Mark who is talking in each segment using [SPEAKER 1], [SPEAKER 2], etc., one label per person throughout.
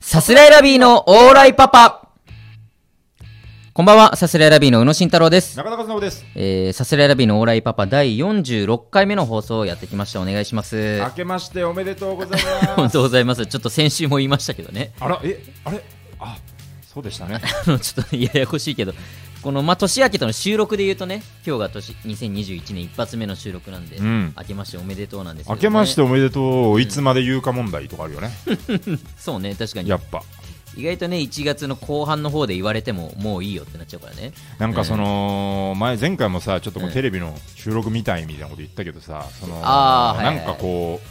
[SPEAKER 1] さすらいラビーのオーライパパこんばんは、さすらいラビーの宇野慎太郎です。
[SPEAKER 2] 中田和信です。
[SPEAKER 1] えー、さすらいラビーのオーライパパ第46回目の放送をやってきました。お願いします。
[SPEAKER 2] 明けましておめでとうござ い
[SPEAKER 1] あり
[SPEAKER 2] ま
[SPEAKER 1] が
[SPEAKER 2] す。
[SPEAKER 1] とうございます。ちょっと先週も言いましたけどね。
[SPEAKER 2] あら、え、あれ、あ、そうでしたね。
[SPEAKER 1] あの、ちょっとややこしいけど、この、まあ、年明けとの収録で言うとね、今日が年、2021年一発目の収録なんで、
[SPEAKER 2] うん
[SPEAKER 1] 明けましておめでとうなんですけど、
[SPEAKER 2] 明
[SPEAKER 1] ね。
[SPEAKER 2] けましておめでとう、いつまで言うか問題とかあるよね。
[SPEAKER 1] そうね、確かに
[SPEAKER 2] や。っぱ。
[SPEAKER 1] 意外とね、1月の後半の方で言われても、もういいよってなっちゃうからね。
[SPEAKER 2] なんかその、前、前回もさ、ちょっとこうテレビの収録みたいみたいなこと言ったけどさ、その、
[SPEAKER 1] あーはい
[SPEAKER 2] な
[SPEAKER 1] はい
[SPEAKER 2] んかこう、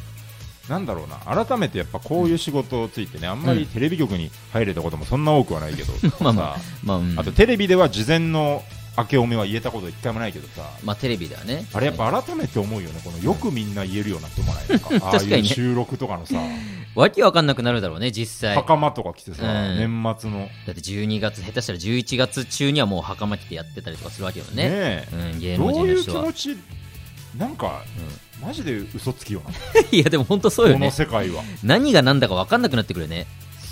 [SPEAKER 2] なんだろうな、改めてやっぱこういう仕事をついてね、あんまりテレビ局に入れたこともそんな多くはないけど、とかさ
[SPEAKER 1] まあまあ、まあ、うん。
[SPEAKER 2] あとテレビでは事前の明けおめは言えたこと一回もないけどさ、
[SPEAKER 1] まあ、テレビではね。
[SPEAKER 2] あれやっぱ改めて思うよね、このよくみんな言えるようになってもらえるか、ああ
[SPEAKER 1] 確か
[SPEAKER 2] い
[SPEAKER 1] に
[SPEAKER 2] う
[SPEAKER 1] ね
[SPEAKER 2] 収録とかのさ、
[SPEAKER 1] わけわかんなくなるだろうね、実際。だ
[SPEAKER 2] 袴とか着てさ、
[SPEAKER 1] うん
[SPEAKER 2] 年末の、ね
[SPEAKER 1] って12月、下手したら11月中にはもう袴着てやってたりとかするわけよね。
[SPEAKER 2] え
[SPEAKER 1] うん、芸能
[SPEAKER 2] ど
[SPEAKER 1] 人
[SPEAKER 2] うい
[SPEAKER 1] の
[SPEAKER 2] う
[SPEAKER 1] 人
[SPEAKER 2] 気
[SPEAKER 1] は。
[SPEAKER 2] 持ち、なんか、マジで嘘つきよな、
[SPEAKER 1] いや、でも本当そうよ
[SPEAKER 2] この
[SPEAKER 1] ね。
[SPEAKER 2] 世界は。
[SPEAKER 1] 何が何だかわかんなくなってくるよね。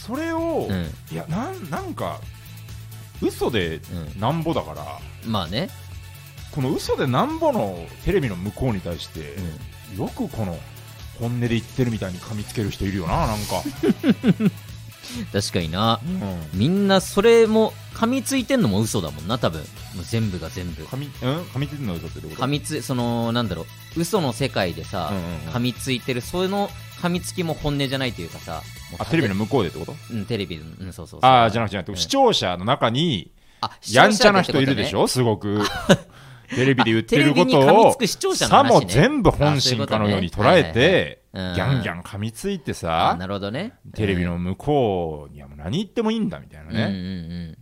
[SPEAKER 2] それを、
[SPEAKER 1] うん
[SPEAKER 2] いやなん、なんか、嘘で
[SPEAKER 1] う
[SPEAKER 2] なんぼだから、
[SPEAKER 1] まあね。
[SPEAKER 2] この嘘でなんぼのテレビの向こうに対して、よくこの本音で言ってるみたいに噛みつける人いるよ な、なんか。
[SPEAKER 1] 確かにな
[SPEAKER 2] う。ん
[SPEAKER 1] みんなそれも、噛みついてんのも嘘だもんな、多分。もう全部が全部。
[SPEAKER 2] 噛み、うん噛みついてんの嘘ってどういうこと
[SPEAKER 1] 噛みつ、その、なんだろう、嘘の世界でさ、
[SPEAKER 2] うんうんうん
[SPEAKER 1] 噛みついてる、その噛みつきも本音じゃないというかさ、もう
[SPEAKER 2] あテレビの向こうでってこと
[SPEAKER 1] うん、テレビの、うん、そうそうそう。
[SPEAKER 2] ああ、じゃなくて、
[SPEAKER 1] ん
[SPEAKER 2] 視聴者の中に、
[SPEAKER 1] あ視聴者
[SPEAKER 2] やんちゃな人いるでし
[SPEAKER 1] っ
[SPEAKER 2] ょ、すご く。テレビで言ってるこ
[SPEAKER 1] あテレビに噛み
[SPEAKER 2] と
[SPEAKER 1] つく視聴
[SPEAKER 2] を、
[SPEAKER 1] 者の
[SPEAKER 2] さ
[SPEAKER 1] 話ね
[SPEAKER 2] も全部本心かのように捉えて、ギ
[SPEAKER 1] あそういうことねはいはいはいうん
[SPEAKER 2] ャンギャン噛みつい
[SPEAKER 1] て
[SPEAKER 2] て
[SPEAKER 1] ことねあ
[SPEAKER 2] さ、
[SPEAKER 1] なるほどね。
[SPEAKER 2] テレビの向こうにはもう何言ってもいいんだみたいな
[SPEAKER 1] うん、うん
[SPEAKER 2] ね。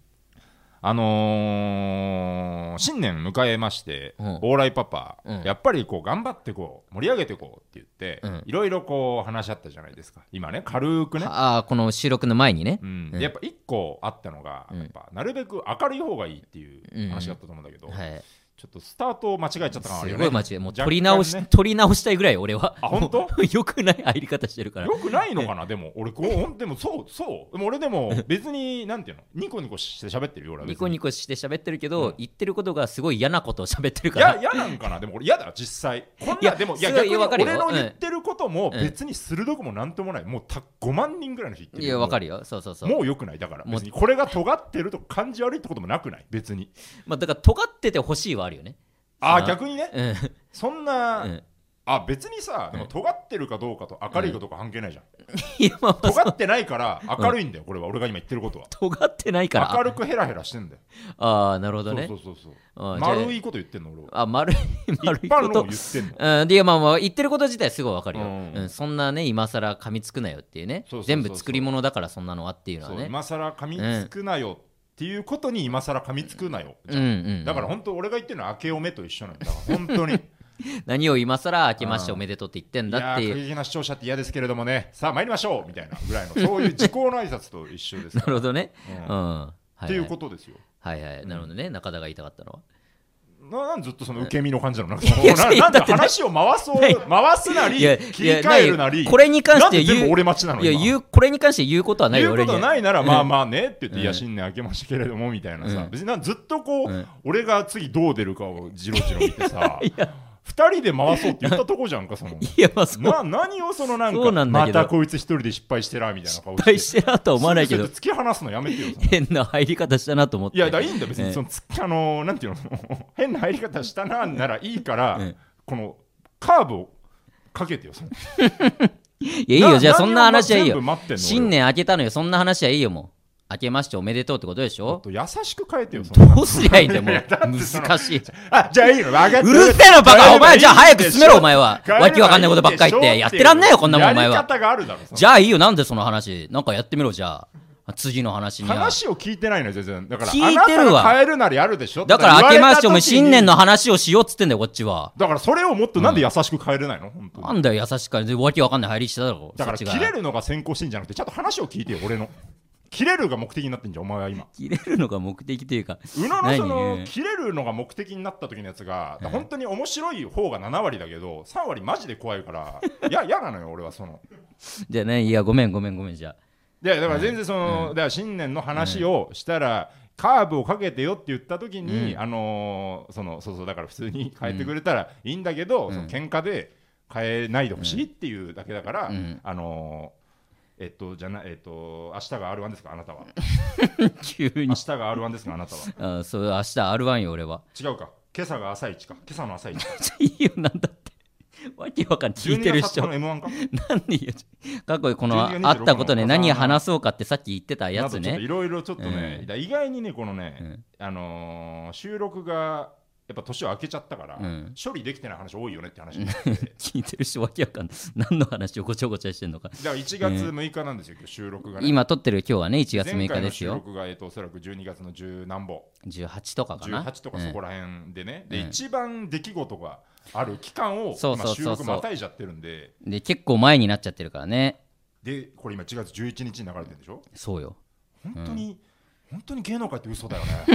[SPEAKER 2] あのー新年迎えまして、
[SPEAKER 1] うん
[SPEAKER 2] オーライパパ
[SPEAKER 1] うん、
[SPEAKER 2] やっぱりこう頑張ってこう、盛り上げてこうって
[SPEAKER 1] う
[SPEAKER 2] 言っ
[SPEAKER 1] ん
[SPEAKER 2] て、いろいろこう話し合ったじゃないですか。今ね、軽く
[SPEAKER 1] うんうん。
[SPEAKER 2] ね。
[SPEAKER 1] ああ、この収録の前にね
[SPEAKER 2] う。ん、
[SPEAKER 1] うん
[SPEAKER 2] でやっぱ一個あったのが、
[SPEAKER 1] うん
[SPEAKER 2] やっぱなるべく明るい方がいいっていう話だったと思うんだけど、
[SPEAKER 1] はい。
[SPEAKER 2] ちょっとスタートを間違えちゃった感ある
[SPEAKER 1] す
[SPEAKER 2] よ
[SPEAKER 1] ご
[SPEAKER 2] ね
[SPEAKER 1] い間違い。もう
[SPEAKER 2] 若干ね
[SPEAKER 1] 取り直し、取り直したいぐらい、俺は。
[SPEAKER 2] あ本当
[SPEAKER 1] もうよくない入り方してるから。
[SPEAKER 2] よくないのかなでも俺こうほんでもそうそうでも俺でも別になんていうのニコニコして喋ってるよ俺は
[SPEAKER 1] ニコニ
[SPEAKER 2] コ
[SPEAKER 1] コして喋ってるけ
[SPEAKER 2] う
[SPEAKER 1] ど
[SPEAKER 2] ん、
[SPEAKER 1] 言ってることがすごい嫌なことを喋ってるか
[SPEAKER 2] い
[SPEAKER 1] ら
[SPEAKER 2] や。嫌なんかなでも俺嫌だ実際こん
[SPEAKER 1] いや
[SPEAKER 2] なでもいや
[SPEAKER 1] すご
[SPEAKER 2] 逆
[SPEAKER 1] い
[SPEAKER 2] に
[SPEAKER 1] わかるよ
[SPEAKER 2] 俺の言
[SPEAKER 1] うん
[SPEAKER 2] ってることも
[SPEAKER 1] うん
[SPEAKER 2] 別に鋭くもなんともないもうた5万人ぐらいの人言ってる
[SPEAKER 1] いや、わか
[SPEAKER 2] る
[SPEAKER 1] るよ。そうそうそう。
[SPEAKER 2] もうよくないだから
[SPEAKER 1] もう
[SPEAKER 2] 別にこれが尖ってるとか感じ悪いってこともなくない別に
[SPEAKER 1] まあ、だから、尖っててほしいはあるよね。
[SPEAKER 2] ああ
[SPEAKER 1] あ
[SPEAKER 2] 逆にね
[SPEAKER 1] うん。
[SPEAKER 2] そんな、
[SPEAKER 1] うん
[SPEAKER 2] あ別にさ、でも
[SPEAKER 1] うん
[SPEAKER 2] 尖ってるかどうかと明るいかどうか関係ないじゃん。
[SPEAKER 1] いや、まあまあ、
[SPEAKER 2] 尖ってないから明るいんだよ、これは俺が今言ってることは。
[SPEAKER 1] 尖ってないから。
[SPEAKER 2] 明るくヘラヘラしてんだよ。
[SPEAKER 1] ああ、なるほどね。
[SPEAKER 2] そうそうそう
[SPEAKER 1] あ
[SPEAKER 2] そう。
[SPEAKER 1] ーじゃあ
[SPEAKER 2] 丸いこと言ってんの俺は。
[SPEAKER 1] あ、丸い、丸い
[SPEAKER 2] 一
[SPEAKER 1] こ
[SPEAKER 2] 般論
[SPEAKER 1] と
[SPEAKER 2] を。言ってんの。
[SPEAKER 1] うん、で、まあまあ、言ってること自体すごいわかるよ。う
[SPEAKER 2] うんん、
[SPEAKER 1] そんなね、今更噛みつくなよっていうね
[SPEAKER 2] そうそうそうそ
[SPEAKER 1] 全
[SPEAKER 2] う
[SPEAKER 1] 部作り物だから、そんなのはっていうのは
[SPEAKER 2] そう
[SPEAKER 1] ね。
[SPEAKER 2] 今更噛みつくなよっていうことに今更噛みつくなよ。
[SPEAKER 1] うんうん、
[SPEAKER 2] だから本当俺が言ってるのは明けおめと一緒なんだから本当に。い
[SPEAKER 1] 何を今更明けましておめでとうって言ってん だ
[SPEAKER 2] や
[SPEAKER 1] って
[SPEAKER 2] ー過
[SPEAKER 1] いう。
[SPEAKER 2] 激な視聴者って嫌ですけれどもね、さあ参りましょうみたいなぐらいの、そういう時効の挨拶と一緒です
[SPEAKER 1] な
[SPEAKER 2] から。
[SPEAKER 1] るほどね。
[SPEAKER 2] う
[SPEAKER 1] う
[SPEAKER 2] ん
[SPEAKER 1] ん。はは
[SPEAKER 2] っていうことですよ。
[SPEAKER 1] はいはい。なるほどね。中田が言いたかったのは。
[SPEAKER 2] ななんずっとその受け身の感じなのなん
[SPEAKER 1] いや
[SPEAKER 2] か
[SPEAKER 1] いや
[SPEAKER 2] ななん
[SPEAKER 1] だ
[SPEAKER 2] で
[SPEAKER 1] ってね
[SPEAKER 2] 話を回そう
[SPEAKER 1] ない
[SPEAKER 2] 回すなり切り替えるなり
[SPEAKER 1] これに関
[SPEAKER 2] な
[SPEAKER 1] し
[SPEAKER 2] ん
[SPEAKER 1] て
[SPEAKER 2] で
[SPEAKER 1] 言う。
[SPEAKER 2] 全部俺待ちなの
[SPEAKER 1] いや、
[SPEAKER 2] 今
[SPEAKER 1] 言う、これに関して言うことはない
[SPEAKER 2] 言
[SPEAKER 1] よ、
[SPEAKER 2] うこ
[SPEAKER 1] 俺に
[SPEAKER 2] と
[SPEAKER 1] は。
[SPEAKER 2] ないならまあまあねって言って、
[SPEAKER 1] うん
[SPEAKER 2] いや新年明けましたけれどもみたいなさ、
[SPEAKER 1] うん
[SPEAKER 2] 別になんずっとこう、
[SPEAKER 1] うん
[SPEAKER 2] 俺が次どう出るかをじろじろ見て さ二人で回そうって言ったとこじゃんかその
[SPEAKER 1] いや、ま あ、そう。
[SPEAKER 2] な何をそのなん
[SPEAKER 1] そう
[SPEAKER 2] か
[SPEAKER 1] なんだ
[SPEAKER 2] ま
[SPEAKER 1] けど
[SPEAKER 2] たこいつ一人で失敗してらみたいな顔
[SPEAKER 1] 失敗してるなとは思わないけど
[SPEAKER 2] そう、そうやって突き放すのやめてよその
[SPEAKER 1] 変な入り方したなと思って。
[SPEAKER 2] いや、だいいんだ、別
[SPEAKER 1] ええ
[SPEAKER 2] に、その、つあのー、なんていうの、変な入り方したな、ならいいから
[SPEAKER 1] ええ、
[SPEAKER 2] この、カーブをかけてよ、その。
[SPEAKER 1] いやいいよ、じゃあそんな話はいい
[SPEAKER 2] 何を
[SPEAKER 1] よ。
[SPEAKER 2] 待ってんの
[SPEAKER 1] 新。年明けたのよ、そんな話はいいよ、もう。明けましておめでとうってことでし
[SPEAKER 2] 俺も
[SPEAKER 1] ょ
[SPEAKER 2] っと優しく変えてよ、その。
[SPEAKER 1] どうすりゃいいんだよ、も
[SPEAKER 2] いうやだってそ。の
[SPEAKER 1] 難 しい。
[SPEAKER 2] あ、じゃあいいの、分かった。
[SPEAKER 1] うるせえな、バ
[SPEAKER 2] 変
[SPEAKER 1] カ
[SPEAKER 2] えればいいんでしょ
[SPEAKER 1] お前、じゃあ早く進めろ、お前は。
[SPEAKER 2] 変えれば
[SPEAKER 1] わけわかんないことばっかり言っ
[SPEAKER 2] いいん
[SPEAKER 1] て。
[SPEAKER 2] でしょ
[SPEAKER 1] やってらんないよ、こんなもん、お前
[SPEAKER 2] やり
[SPEAKER 1] は。
[SPEAKER 2] 方があるだろ、その
[SPEAKER 1] じゃあいいよ、なんでその話。なんかやってみろ、じゃあ。次の話には。
[SPEAKER 2] 話を聞いてないのよ、全然。だから、
[SPEAKER 1] 聞いてるわ
[SPEAKER 2] あなたが変えるなりあるでしょ
[SPEAKER 1] だから明けましておめ
[SPEAKER 2] 前
[SPEAKER 1] 新年の。話をしようっつってんだよ、こっちは。
[SPEAKER 2] だから、それをもっとなんで優しく変えれないの本当に
[SPEAKER 1] なんだよ、優しくから。でわけわかんない入りしてただろ。
[SPEAKER 2] だから
[SPEAKER 1] そ
[SPEAKER 2] 切
[SPEAKER 1] っちが
[SPEAKER 2] れるのが先行してんじゃなくてちゃんと話を聞いてよ俺の切れるが目的になってんじゃんお前は今
[SPEAKER 1] 切れるのが目的というか。
[SPEAKER 2] 宇野のそ
[SPEAKER 1] 何
[SPEAKER 2] の
[SPEAKER 1] ね
[SPEAKER 2] 切れるのが目的になった時のやつが本当に面白い方が7割だけど3割マジで怖いから いや嫌なのよ俺はその
[SPEAKER 1] じゃあね、いや、ごめん、ごめん、ごめん、じゃあ。
[SPEAKER 2] いやだから全然その、
[SPEAKER 1] うん
[SPEAKER 2] だから新年の話をしたら、カーブをかけてよって言った時に、
[SPEAKER 1] うん
[SPEAKER 2] あのーそのそうそうだから普通に変えてくれたらいいんだけど、
[SPEAKER 1] うん
[SPEAKER 2] その喧嘩で変えないでほしいっていうだけだから、
[SPEAKER 1] うん
[SPEAKER 2] あのーえっとじゃないえっと明日が R1 ですかあなたは
[SPEAKER 1] 急
[SPEAKER 2] 明
[SPEAKER 1] に。
[SPEAKER 2] 日が R1 ですかあなたは
[SPEAKER 1] あそう、明日 R1 よ、俺は。
[SPEAKER 2] 違うか今朝が朝一か今朝の朝一 か
[SPEAKER 1] いいよ、なんだって。わけわかんない。聞いてる 人。
[SPEAKER 2] 12月20日の M1 か
[SPEAKER 1] 何言う過去こ の
[SPEAKER 2] 12
[SPEAKER 1] あったことね
[SPEAKER 2] 26の
[SPEAKER 1] 何話そうかってさっき言ってたやつ
[SPEAKER 2] などちょっと
[SPEAKER 1] ね
[SPEAKER 2] いろいろちょっとね、
[SPEAKER 1] うん
[SPEAKER 2] だ意外にねこのね、
[SPEAKER 1] うん
[SPEAKER 2] あのー収録がやっぱ年を明けちゃったから、
[SPEAKER 1] うん
[SPEAKER 2] 処理できてない話多いよねって話にな ってだか
[SPEAKER 1] 聞いてる人わけわかんない何の話をごちゃごちゃしてんのから
[SPEAKER 2] 1月6日なんですよ、今日収録が、ね、
[SPEAKER 1] 今撮ってる今日はね1月
[SPEAKER 2] 前
[SPEAKER 1] 6日
[SPEAKER 2] 回の
[SPEAKER 1] です
[SPEAKER 2] 収
[SPEAKER 1] よ
[SPEAKER 2] 録が、えっとおそらく12月の10何本
[SPEAKER 1] 18とかかな
[SPEAKER 2] 18とかそこら辺でね、
[SPEAKER 1] うん
[SPEAKER 2] で
[SPEAKER 1] うん
[SPEAKER 2] 一番出来事がある期間を、
[SPEAKER 1] そう
[SPEAKER 2] ま
[SPEAKER 1] そ
[SPEAKER 2] あ
[SPEAKER 1] うそう
[SPEAKER 2] 収
[SPEAKER 1] そう
[SPEAKER 2] 録またいじゃってるんで
[SPEAKER 1] うんで結構前になっちゃってるからね
[SPEAKER 2] でこれ今1月11日に流れてるでしょ
[SPEAKER 1] そうよ
[SPEAKER 2] 本当に、本当に芸能界って嘘だよね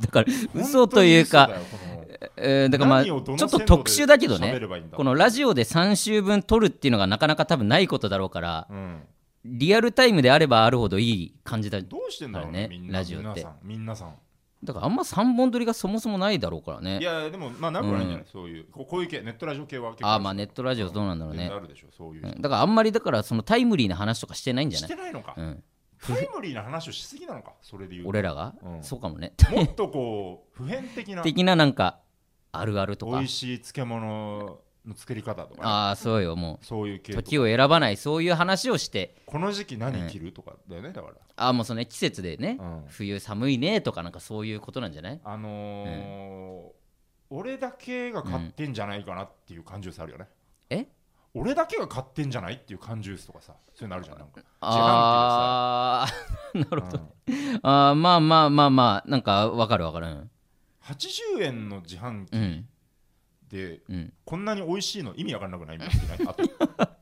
[SPEAKER 1] だから 嘘という
[SPEAKER 2] 本
[SPEAKER 1] か
[SPEAKER 2] 当に嘘だよこの
[SPEAKER 1] えーだからまあち
[SPEAKER 2] 何
[SPEAKER 1] ょ
[SPEAKER 2] を
[SPEAKER 1] っ
[SPEAKER 2] どの
[SPEAKER 1] と特殊だけど
[SPEAKER 2] 鮮度で喋
[SPEAKER 1] ね
[SPEAKER 2] ればいいんだ
[SPEAKER 1] このラジオで3週分撮るっていうのがなかなか多分ないことだろうから
[SPEAKER 2] うん
[SPEAKER 1] リアルタイムであればあるほどいい感じだ
[SPEAKER 2] どうしてんだろう
[SPEAKER 1] あ
[SPEAKER 2] ね
[SPEAKER 1] れね
[SPEAKER 2] みんな
[SPEAKER 1] ラジオって
[SPEAKER 2] 皆さんみんなさん
[SPEAKER 1] だからあんま3本撮りがそもそもないだろうからね
[SPEAKER 2] いやでもまあなくはないんじゃない、そういうこうこういう系ネットラジオ系は結構
[SPEAKER 1] あーまあネットラジオどうなんだろう
[SPEAKER 2] 全
[SPEAKER 1] ね
[SPEAKER 2] 然あるでしょそういう
[SPEAKER 1] う
[SPEAKER 2] 人、
[SPEAKER 1] んだからあんまりだからそのタイムリーな話とかしてないんじゃ
[SPEAKER 2] し
[SPEAKER 1] ない
[SPEAKER 2] てないのか、
[SPEAKER 1] うん、
[SPEAKER 2] タイムリーな話をしすぎなのかそれで言うと
[SPEAKER 1] 俺らが、
[SPEAKER 2] うん
[SPEAKER 1] そうかもね
[SPEAKER 2] もっとこう普遍的な美
[SPEAKER 1] 的ななんかあるあるとか
[SPEAKER 2] 味しい漬物の作り方とかね、
[SPEAKER 1] ああそうよも
[SPEAKER 2] そういう
[SPEAKER 1] う
[SPEAKER 2] 系とか
[SPEAKER 1] 時を選ばないそういう話をして
[SPEAKER 2] この時期何着るとかだよねだから、
[SPEAKER 1] ああもうそのね季節でね、
[SPEAKER 2] うん
[SPEAKER 1] 冬寒いねとかなんかそういうことなんじゃない
[SPEAKER 2] あのー俺だけが買ってんじゃないかなっていう感ジュースあるよね、
[SPEAKER 1] え
[SPEAKER 2] 俺だけが買ってんじゃないっていう感ジュースとかさそういうのあるじゃんなん か
[SPEAKER 1] ああ なるほど、
[SPEAKER 2] うん
[SPEAKER 1] あーまあまあまあまあなんかわかるわかるうん
[SPEAKER 2] 80円の自販機
[SPEAKER 1] うん、
[SPEAKER 2] で
[SPEAKER 1] うん、
[SPEAKER 2] こんなに美味しいの意味わかんなくないみたいな あと、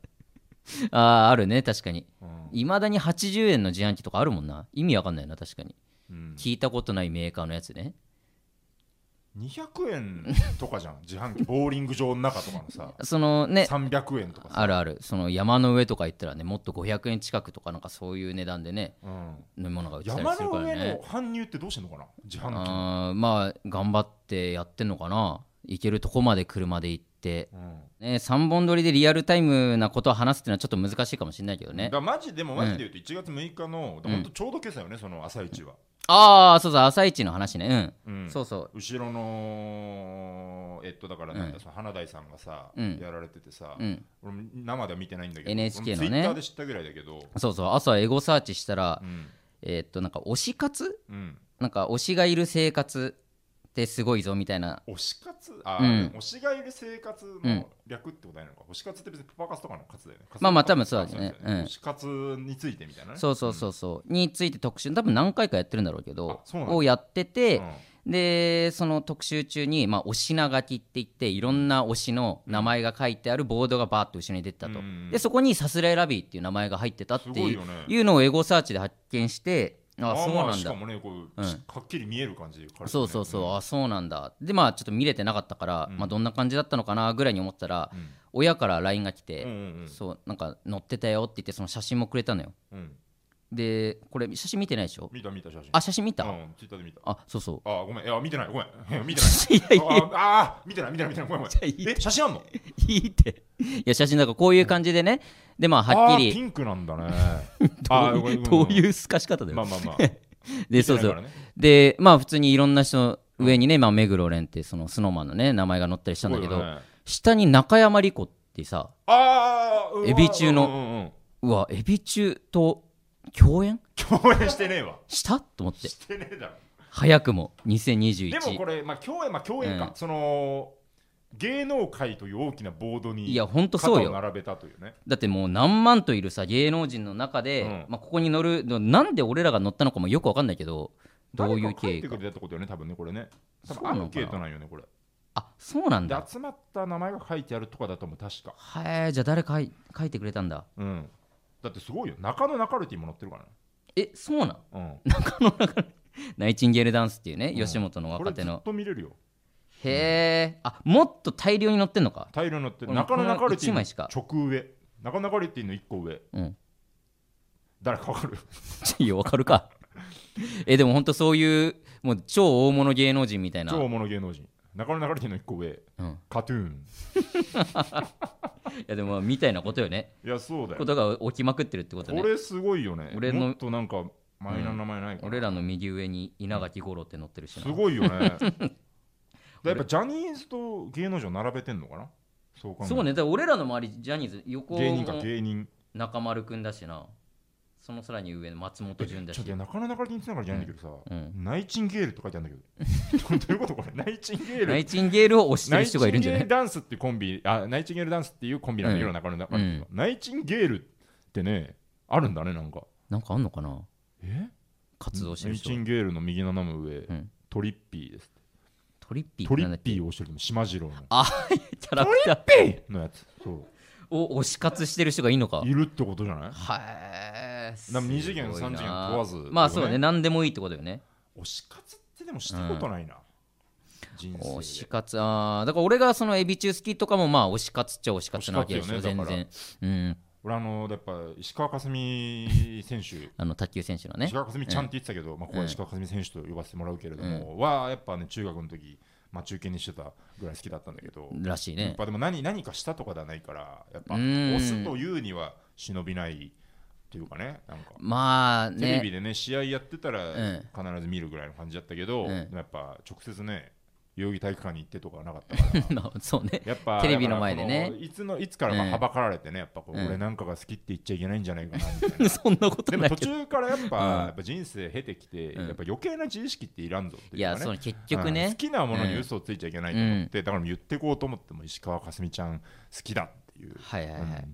[SPEAKER 1] あああるね確かに
[SPEAKER 2] うん
[SPEAKER 1] いまだに80円の自販機とかあるもんな意味わかんないな確かに
[SPEAKER 2] うん、
[SPEAKER 1] 聞いたことないメーカーのやつね
[SPEAKER 2] 200円とかじゃん自販機ボーリング場の中とかの さ
[SPEAKER 1] そのね
[SPEAKER 2] 300円とかさ、
[SPEAKER 1] あるあるその山の上とか行ったらねもっと500円近くとかなんかそういう値段でね
[SPEAKER 2] うん、
[SPEAKER 1] 飲み物が売ってたり
[SPEAKER 2] 山
[SPEAKER 1] する
[SPEAKER 2] の
[SPEAKER 1] から
[SPEAKER 2] 上の
[SPEAKER 1] ね
[SPEAKER 2] 搬入ってどうしてんのかな自販機、
[SPEAKER 1] あーまあ頑張ってやってんのかな行けるとこまで車で行って、
[SPEAKER 2] うん
[SPEAKER 1] ね、3本撮りでリアルタイムなことを話すっていうのはちょっと難しいかもしれないけど
[SPEAKER 2] だ
[SPEAKER 1] ね
[SPEAKER 2] からマジでもマジで言うと1月6日の、ほんとちょうど今朝よねその朝一は、
[SPEAKER 1] ああそうそう朝一の話ね
[SPEAKER 2] う
[SPEAKER 1] うんんそうそう
[SPEAKER 2] 後ろのえっとだからなんだ、
[SPEAKER 1] うん
[SPEAKER 2] その花大さんがさ、
[SPEAKER 1] うん
[SPEAKER 2] やられててさ、
[SPEAKER 1] うん
[SPEAKER 2] 俺も生では見てないんだけど
[SPEAKER 1] NHK の
[SPEAKER 2] ツイ
[SPEAKER 1] ね
[SPEAKER 2] ッターで知ったぐらいだけど、
[SPEAKER 1] そうそう朝エゴサーチしたら、
[SPEAKER 2] うん
[SPEAKER 1] えーっとなんか推し活
[SPEAKER 2] うん、
[SPEAKER 1] なんか推しがいる生活ってすごいぞみたいな
[SPEAKER 2] 推し活あ、
[SPEAKER 1] うん
[SPEAKER 2] 推しがいる生活の略ってことないのか、推し活って別にパパ活とかの活だよね
[SPEAKER 1] まあまあ多分そうだねうん
[SPEAKER 2] 推し活についてみたいなね
[SPEAKER 1] そうそうそうそう、について特集多分何回かやってるんだろうけど
[SPEAKER 2] あそうなんだ
[SPEAKER 1] をやってて
[SPEAKER 2] うん、うん
[SPEAKER 1] でその特集中に、まあ、推し名書きって言っていろんな推しの名前が書いてあるボードがバーッと後ろに出てたと、
[SPEAKER 2] うん
[SPEAKER 1] でそこにさすらいラビーっていう名前が入ってたって
[SPEAKER 2] すご
[SPEAKER 1] い
[SPEAKER 2] いうよね
[SPEAKER 1] いうのをエゴサーチで発見してあ
[SPEAKER 2] ま
[SPEAKER 1] そう
[SPEAKER 2] ま
[SPEAKER 1] なん
[SPEAKER 2] し
[SPEAKER 1] だ
[SPEAKER 2] かもねこう、
[SPEAKER 1] うん
[SPEAKER 2] はっきり見える感じで書かれてるね
[SPEAKER 1] そうそうそうあそうなんだでまあちょっと見れてなかったから、
[SPEAKER 2] うん
[SPEAKER 1] まあ、どんな感じだったのかなぐらいに思ったら、
[SPEAKER 2] うん
[SPEAKER 1] 親から LINE が来
[SPEAKER 2] うんう
[SPEAKER 1] て、
[SPEAKER 2] ん
[SPEAKER 1] そうなんか載ってたよって言ってその写真もくれたのよ
[SPEAKER 2] うんうん
[SPEAKER 1] でこれ写真見てないでしょ
[SPEAKER 2] 見た見た写真
[SPEAKER 1] あ写真見た、
[SPEAKER 2] うんツイッターで見た
[SPEAKER 1] あそうそう
[SPEAKER 2] あごめんいや見てないごめん 見てない
[SPEAKER 1] いやいや
[SPEAKER 2] ああー見てない見てない見てないごめんごめ
[SPEAKER 1] い
[SPEAKER 2] んえ写真あんの
[SPEAKER 1] いいっていや写真だからこういう感じでねでまあはっき
[SPEAKER 2] あーピ
[SPEAKER 1] り
[SPEAKER 2] ンクなんだ ねあ
[SPEAKER 1] ど
[SPEAKER 2] ーご
[SPEAKER 1] う
[SPEAKER 2] め
[SPEAKER 1] い
[SPEAKER 2] ん
[SPEAKER 1] う
[SPEAKER 2] ご
[SPEAKER 1] ど
[SPEAKER 2] めん
[SPEAKER 1] ういうすかし方だよ、
[SPEAKER 2] まあま あまあ
[SPEAKER 1] でそうそうでまあ普通にいろんな人の上にね、まあ、目黒蓮ってそのスノーマンのね名前が載ったりしたんだけど、下に中山莉子ってさ
[SPEAKER 2] ああ
[SPEAKER 1] エビ中の
[SPEAKER 2] の
[SPEAKER 1] うわエビ中と共演
[SPEAKER 2] 共演してねえわ
[SPEAKER 1] したと思って
[SPEAKER 2] してねえだろ
[SPEAKER 1] 早くも2021
[SPEAKER 2] でもこれまあ共演まあ共演か、
[SPEAKER 1] うん
[SPEAKER 2] その芸能界という大きなボードに
[SPEAKER 1] いやほんと
[SPEAKER 2] 肩
[SPEAKER 1] そう
[SPEAKER 2] を
[SPEAKER 1] よ
[SPEAKER 2] 並べたというね
[SPEAKER 1] だってもう何万といるさ芸能人の中で、
[SPEAKER 2] うん
[SPEAKER 1] まあ、ここに乗るのなんで俺らが乗ったのかもよく分かんないけどどういう経緯
[SPEAKER 2] 誰か書いて
[SPEAKER 1] か
[SPEAKER 2] くれたってことよね多分ねこれね多
[SPEAKER 1] そうな
[SPEAKER 2] 分
[SPEAKER 1] の
[SPEAKER 2] ア
[SPEAKER 1] かな
[SPEAKER 2] ンケートなんよねこれ
[SPEAKER 1] あそうなん
[SPEAKER 2] で
[SPEAKER 1] だ
[SPEAKER 2] 集まった名前が書いてあるとかだと思う確か
[SPEAKER 1] はいじゃあ誰かい書いてくれたんだ
[SPEAKER 2] うんだってすごいよ中野中ルティも載ってるから
[SPEAKER 1] えそうなん
[SPEAKER 2] ね、
[SPEAKER 1] ナイチンゲールダンスっていうね、
[SPEAKER 2] うん
[SPEAKER 1] 吉本の
[SPEAKER 2] うん、これ
[SPEAKER 1] 若手
[SPEAKER 2] ずっ
[SPEAKER 1] の
[SPEAKER 2] と見れるよ
[SPEAKER 1] へえあもっと大量に乗ってんのか
[SPEAKER 2] 大量に載ってる
[SPEAKER 1] この
[SPEAKER 2] 中野中ルティ
[SPEAKER 1] この一枚しか
[SPEAKER 2] の直上中野中ルティの1個上
[SPEAKER 1] うん
[SPEAKER 2] 誰かわかる
[SPEAKER 1] いやわかるかえでも本当そういうもう超大物芸能人みたいな
[SPEAKER 2] 超大物芸能人中野流れてるの一個上、
[SPEAKER 1] うん
[SPEAKER 2] カトゥーン
[SPEAKER 1] いやでもみたいなことよね
[SPEAKER 2] いやそうだ
[SPEAKER 1] こ
[SPEAKER 2] よ
[SPEAKER 1] とが起きまくってるってこと
[SPEAKER 2] こ
[SPEAKER 1] ね
[SPEAKER 2] れすごいよね
[SPEAKER 1] 俺の
[SPEAKER 2] もっとなんかマイナーな名前ないかな、
[SPEAKER 1] 俺らの右上に稲垣吾郎って載ってるしな
[SPEAKER 2] すごいよねだ からやっぱジャニーズと芸能人を並べてんのかなそう考えると
[SPEAKER 1] そうねだから俺らの周りジャニーズ横
[SPEAKER 2] 芸人か
[SPEAKER 1] も
[SPEAKER 2] 芸人
[SPEAKER 1] 中丸くんだしなそのさらに上の松本潤だ
[SPEAKER 2] ちょ
[SPEAKER 1] し
[SPEAKER 2] っと中野中につながりじゃないんだけど
[SPEAKER 1] う
[SPEAKER 2] さ、
[SPEAKER 1] ん
[SPEAKER 2] ナイチンゲールと書いてあるんだけ どどういうことこれナイチンゲール
[SPEAKER 1] ナイチンゲールを推して
[SPEAKER 2] ナ
[SPEAKER 1] る
[SPEAKER 2] イチ
[SPEAKER 1] 人
[SPEAKER 2] ン
[SPEAKER 1] が
[SPEAKER 2] ゲ
[SPEAKER 1] いるんじゃ
[SPEAKER 2] ー
[SPEAKER 1] な
[SPEAKER 2] ル
[SPEAKER 1] い
[SPEAKER 2] ダンスっていうコンビあナイチンゲールダンスっていうコンビなんだけど、
[SPEAKER 1] うん
[SPEAKER 2] 中野中にはナイチンゲールってねあるんだねなんか
[SPEAKER 1] なんかあんのかな
[SPEAKER 2] え
[SPEAKER 1] 活動して
[SPEAKER 2] ナ
[SPEAKER 1] る
[SPEAKER 2] イ
[SPEAKER 1] 人
[SPEAKER 2] チンゲールの右斜め上、
[SPEAKER 1] ん
[SPEAKER 2] トリッピーです
[SPEAKER 1] トリッピーっ
[SPEAKER 2] ト
[SPEAKER 1] て
[SPEAKER 2] リ
[SPEAKER 1] なんだ
[SPEAKER 2] ッ
[SPEAKER 1] っけ
[SPEAKER 2] ピーを押してるの島次郎の
[SPEAKER 1] キャラクター
[SPEAKER 2] のやつそ
[SPEAKER 1] を推し活してる人がいいのか
[SPEAKER 2] ういるってことじゃない
[SPEAKER 1] はい
[SPEAKER 2] なんか二次元
[SPEAKER 1] すごいな
[SPEAKER 2] 三次元問わず
[SPEAKER 1] まあそう
[SPEAKER 2] よ
[SPEAKER 1] ね
[SPEAKER 2] ね
[SPEAKER 1] 何でもいいってことよね
[SPEAKER 2] 推し活ってでもしたことないな、人生で
[SPEAKER 1] 推し活あーだから俺がそのエビ中好きとかもまあ推し活っちゃ推し活なわけですよ
[SPEAKER 2] 推し活よ
[SPEAKER 1] 全
[SPEAKER 2] ね
[SPEAKER 1] 然うん
[SPEAKER 2] 俺あのやっぱ石川佳純選手
[SPEAKER 1] あの卓球選手のね
[SPEAKER 2] 石川佳純ちゃんって言ってたけど、まあ、ここは石川佳純選手と呼ばせてもらうけれども、はやっぱね中学の時、まあ、中堅にしてたぐらい好きだったんだけど、
[SPEAKER 1] らしい
[SPEAKER 2] やっ
[SPEAKER 1] ね
[SPEAKER 2] ぱでも何何かしたとかではないからやっぱ
[SPEAKER 1] うん
[SPEAKER 2] 押すというには忍びないっていうかねなんか
[SPEAKER 1] まあ
[SPEAKER 2] テレビ
[SPEAKER 1] ね
[SPEAKER 2] でね試合やってたら
[SPEAKER 1] ん
[SPEAKER 2] 必ず見るぐらいの感じだったけど、
[SPEAKER 1] うん
[SPEAKER 2] でもやっぱ直接ね代々木体育館に行ってとかはなかった から
[SPEAKER 1] そうね
[SPEAKER 2] やっぱ
[SPEAKER 1] テレビの前でね
[SPEAKER 2] だからこのいつのいつからま
[SPEAKER 1] うん
[SPEAKER 2] あはばかられてねやっぱこう、
[SPEAKER 1] うん
[SPEAKER 2] 俺なんかが好きって言っちゃいけないんじゃないかなみたいな
[SPEAKER 1] そんなこと
[SPEAKER 2] で
[SPEAKER 1] な
[SPEAKER 2] も
[SPEAKER 1] い
[SPEAKER 2] 途
[SPEAKER 1] けど
[SPEAKER 2] 中からやっぱ,、
[SPEAKER 1] うん
[SPEAKER 2] やっぱ人生経てきて、
[SPEAKER 1] うん
[SPEAKER 2] やっぱ余計な自意識っていらんぞって
[SPEAKER 1] い
[SPEAKER 2] いうか、
[SPEAKER 1] や
[SPEAKER 2] ね、
[SPEAKER 1] そう結局ね
[SPEAKER 2] うん好きなものに嘘をついちゃいけないと思って、だから言ってこうと思っても石川佳純ちゃん好きだっていう、
[SPEAKER 1] はいはいは
[SPEAKER 2] うんない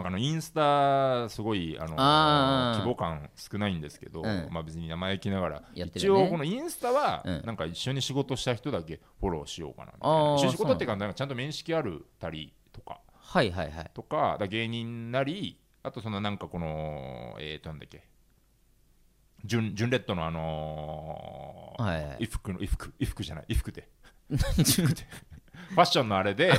[SPEAKER 2] んかあのインスタすごいあの
[SPEAKER 1] あー
[SPEAKER 2] 規模感少ないんですけど、
[SPEAKER 1] うん
[SPEAKER 2] まあ、別に生意気ながら、
[SPEAKER 1] やってる
[SPEAKER 2] 一
[SPEAKER 1] よね
[SPEAKER 2] 応このインスタは
[SPEAKER 1] うん
[SPEAKER 2] なんか一緒に仕事した人だけフォローしようかなみたいな
[SPEAKER 1] あー
[SPEAKER 2] 一緒に仕事っていうかなんかちゃんと面識あるたりとか
[SPEAKER 1] はいはいはい
[SPEAKER 2] とかだから芸人なりあとそのなんかこのえっ、となんだっけ純純レッドのあのー
[SPEAKER 1] はいはい
[SPEAKER 2] 衣服の衣服衣服じゃない衣服で衣服でファッションのあ れで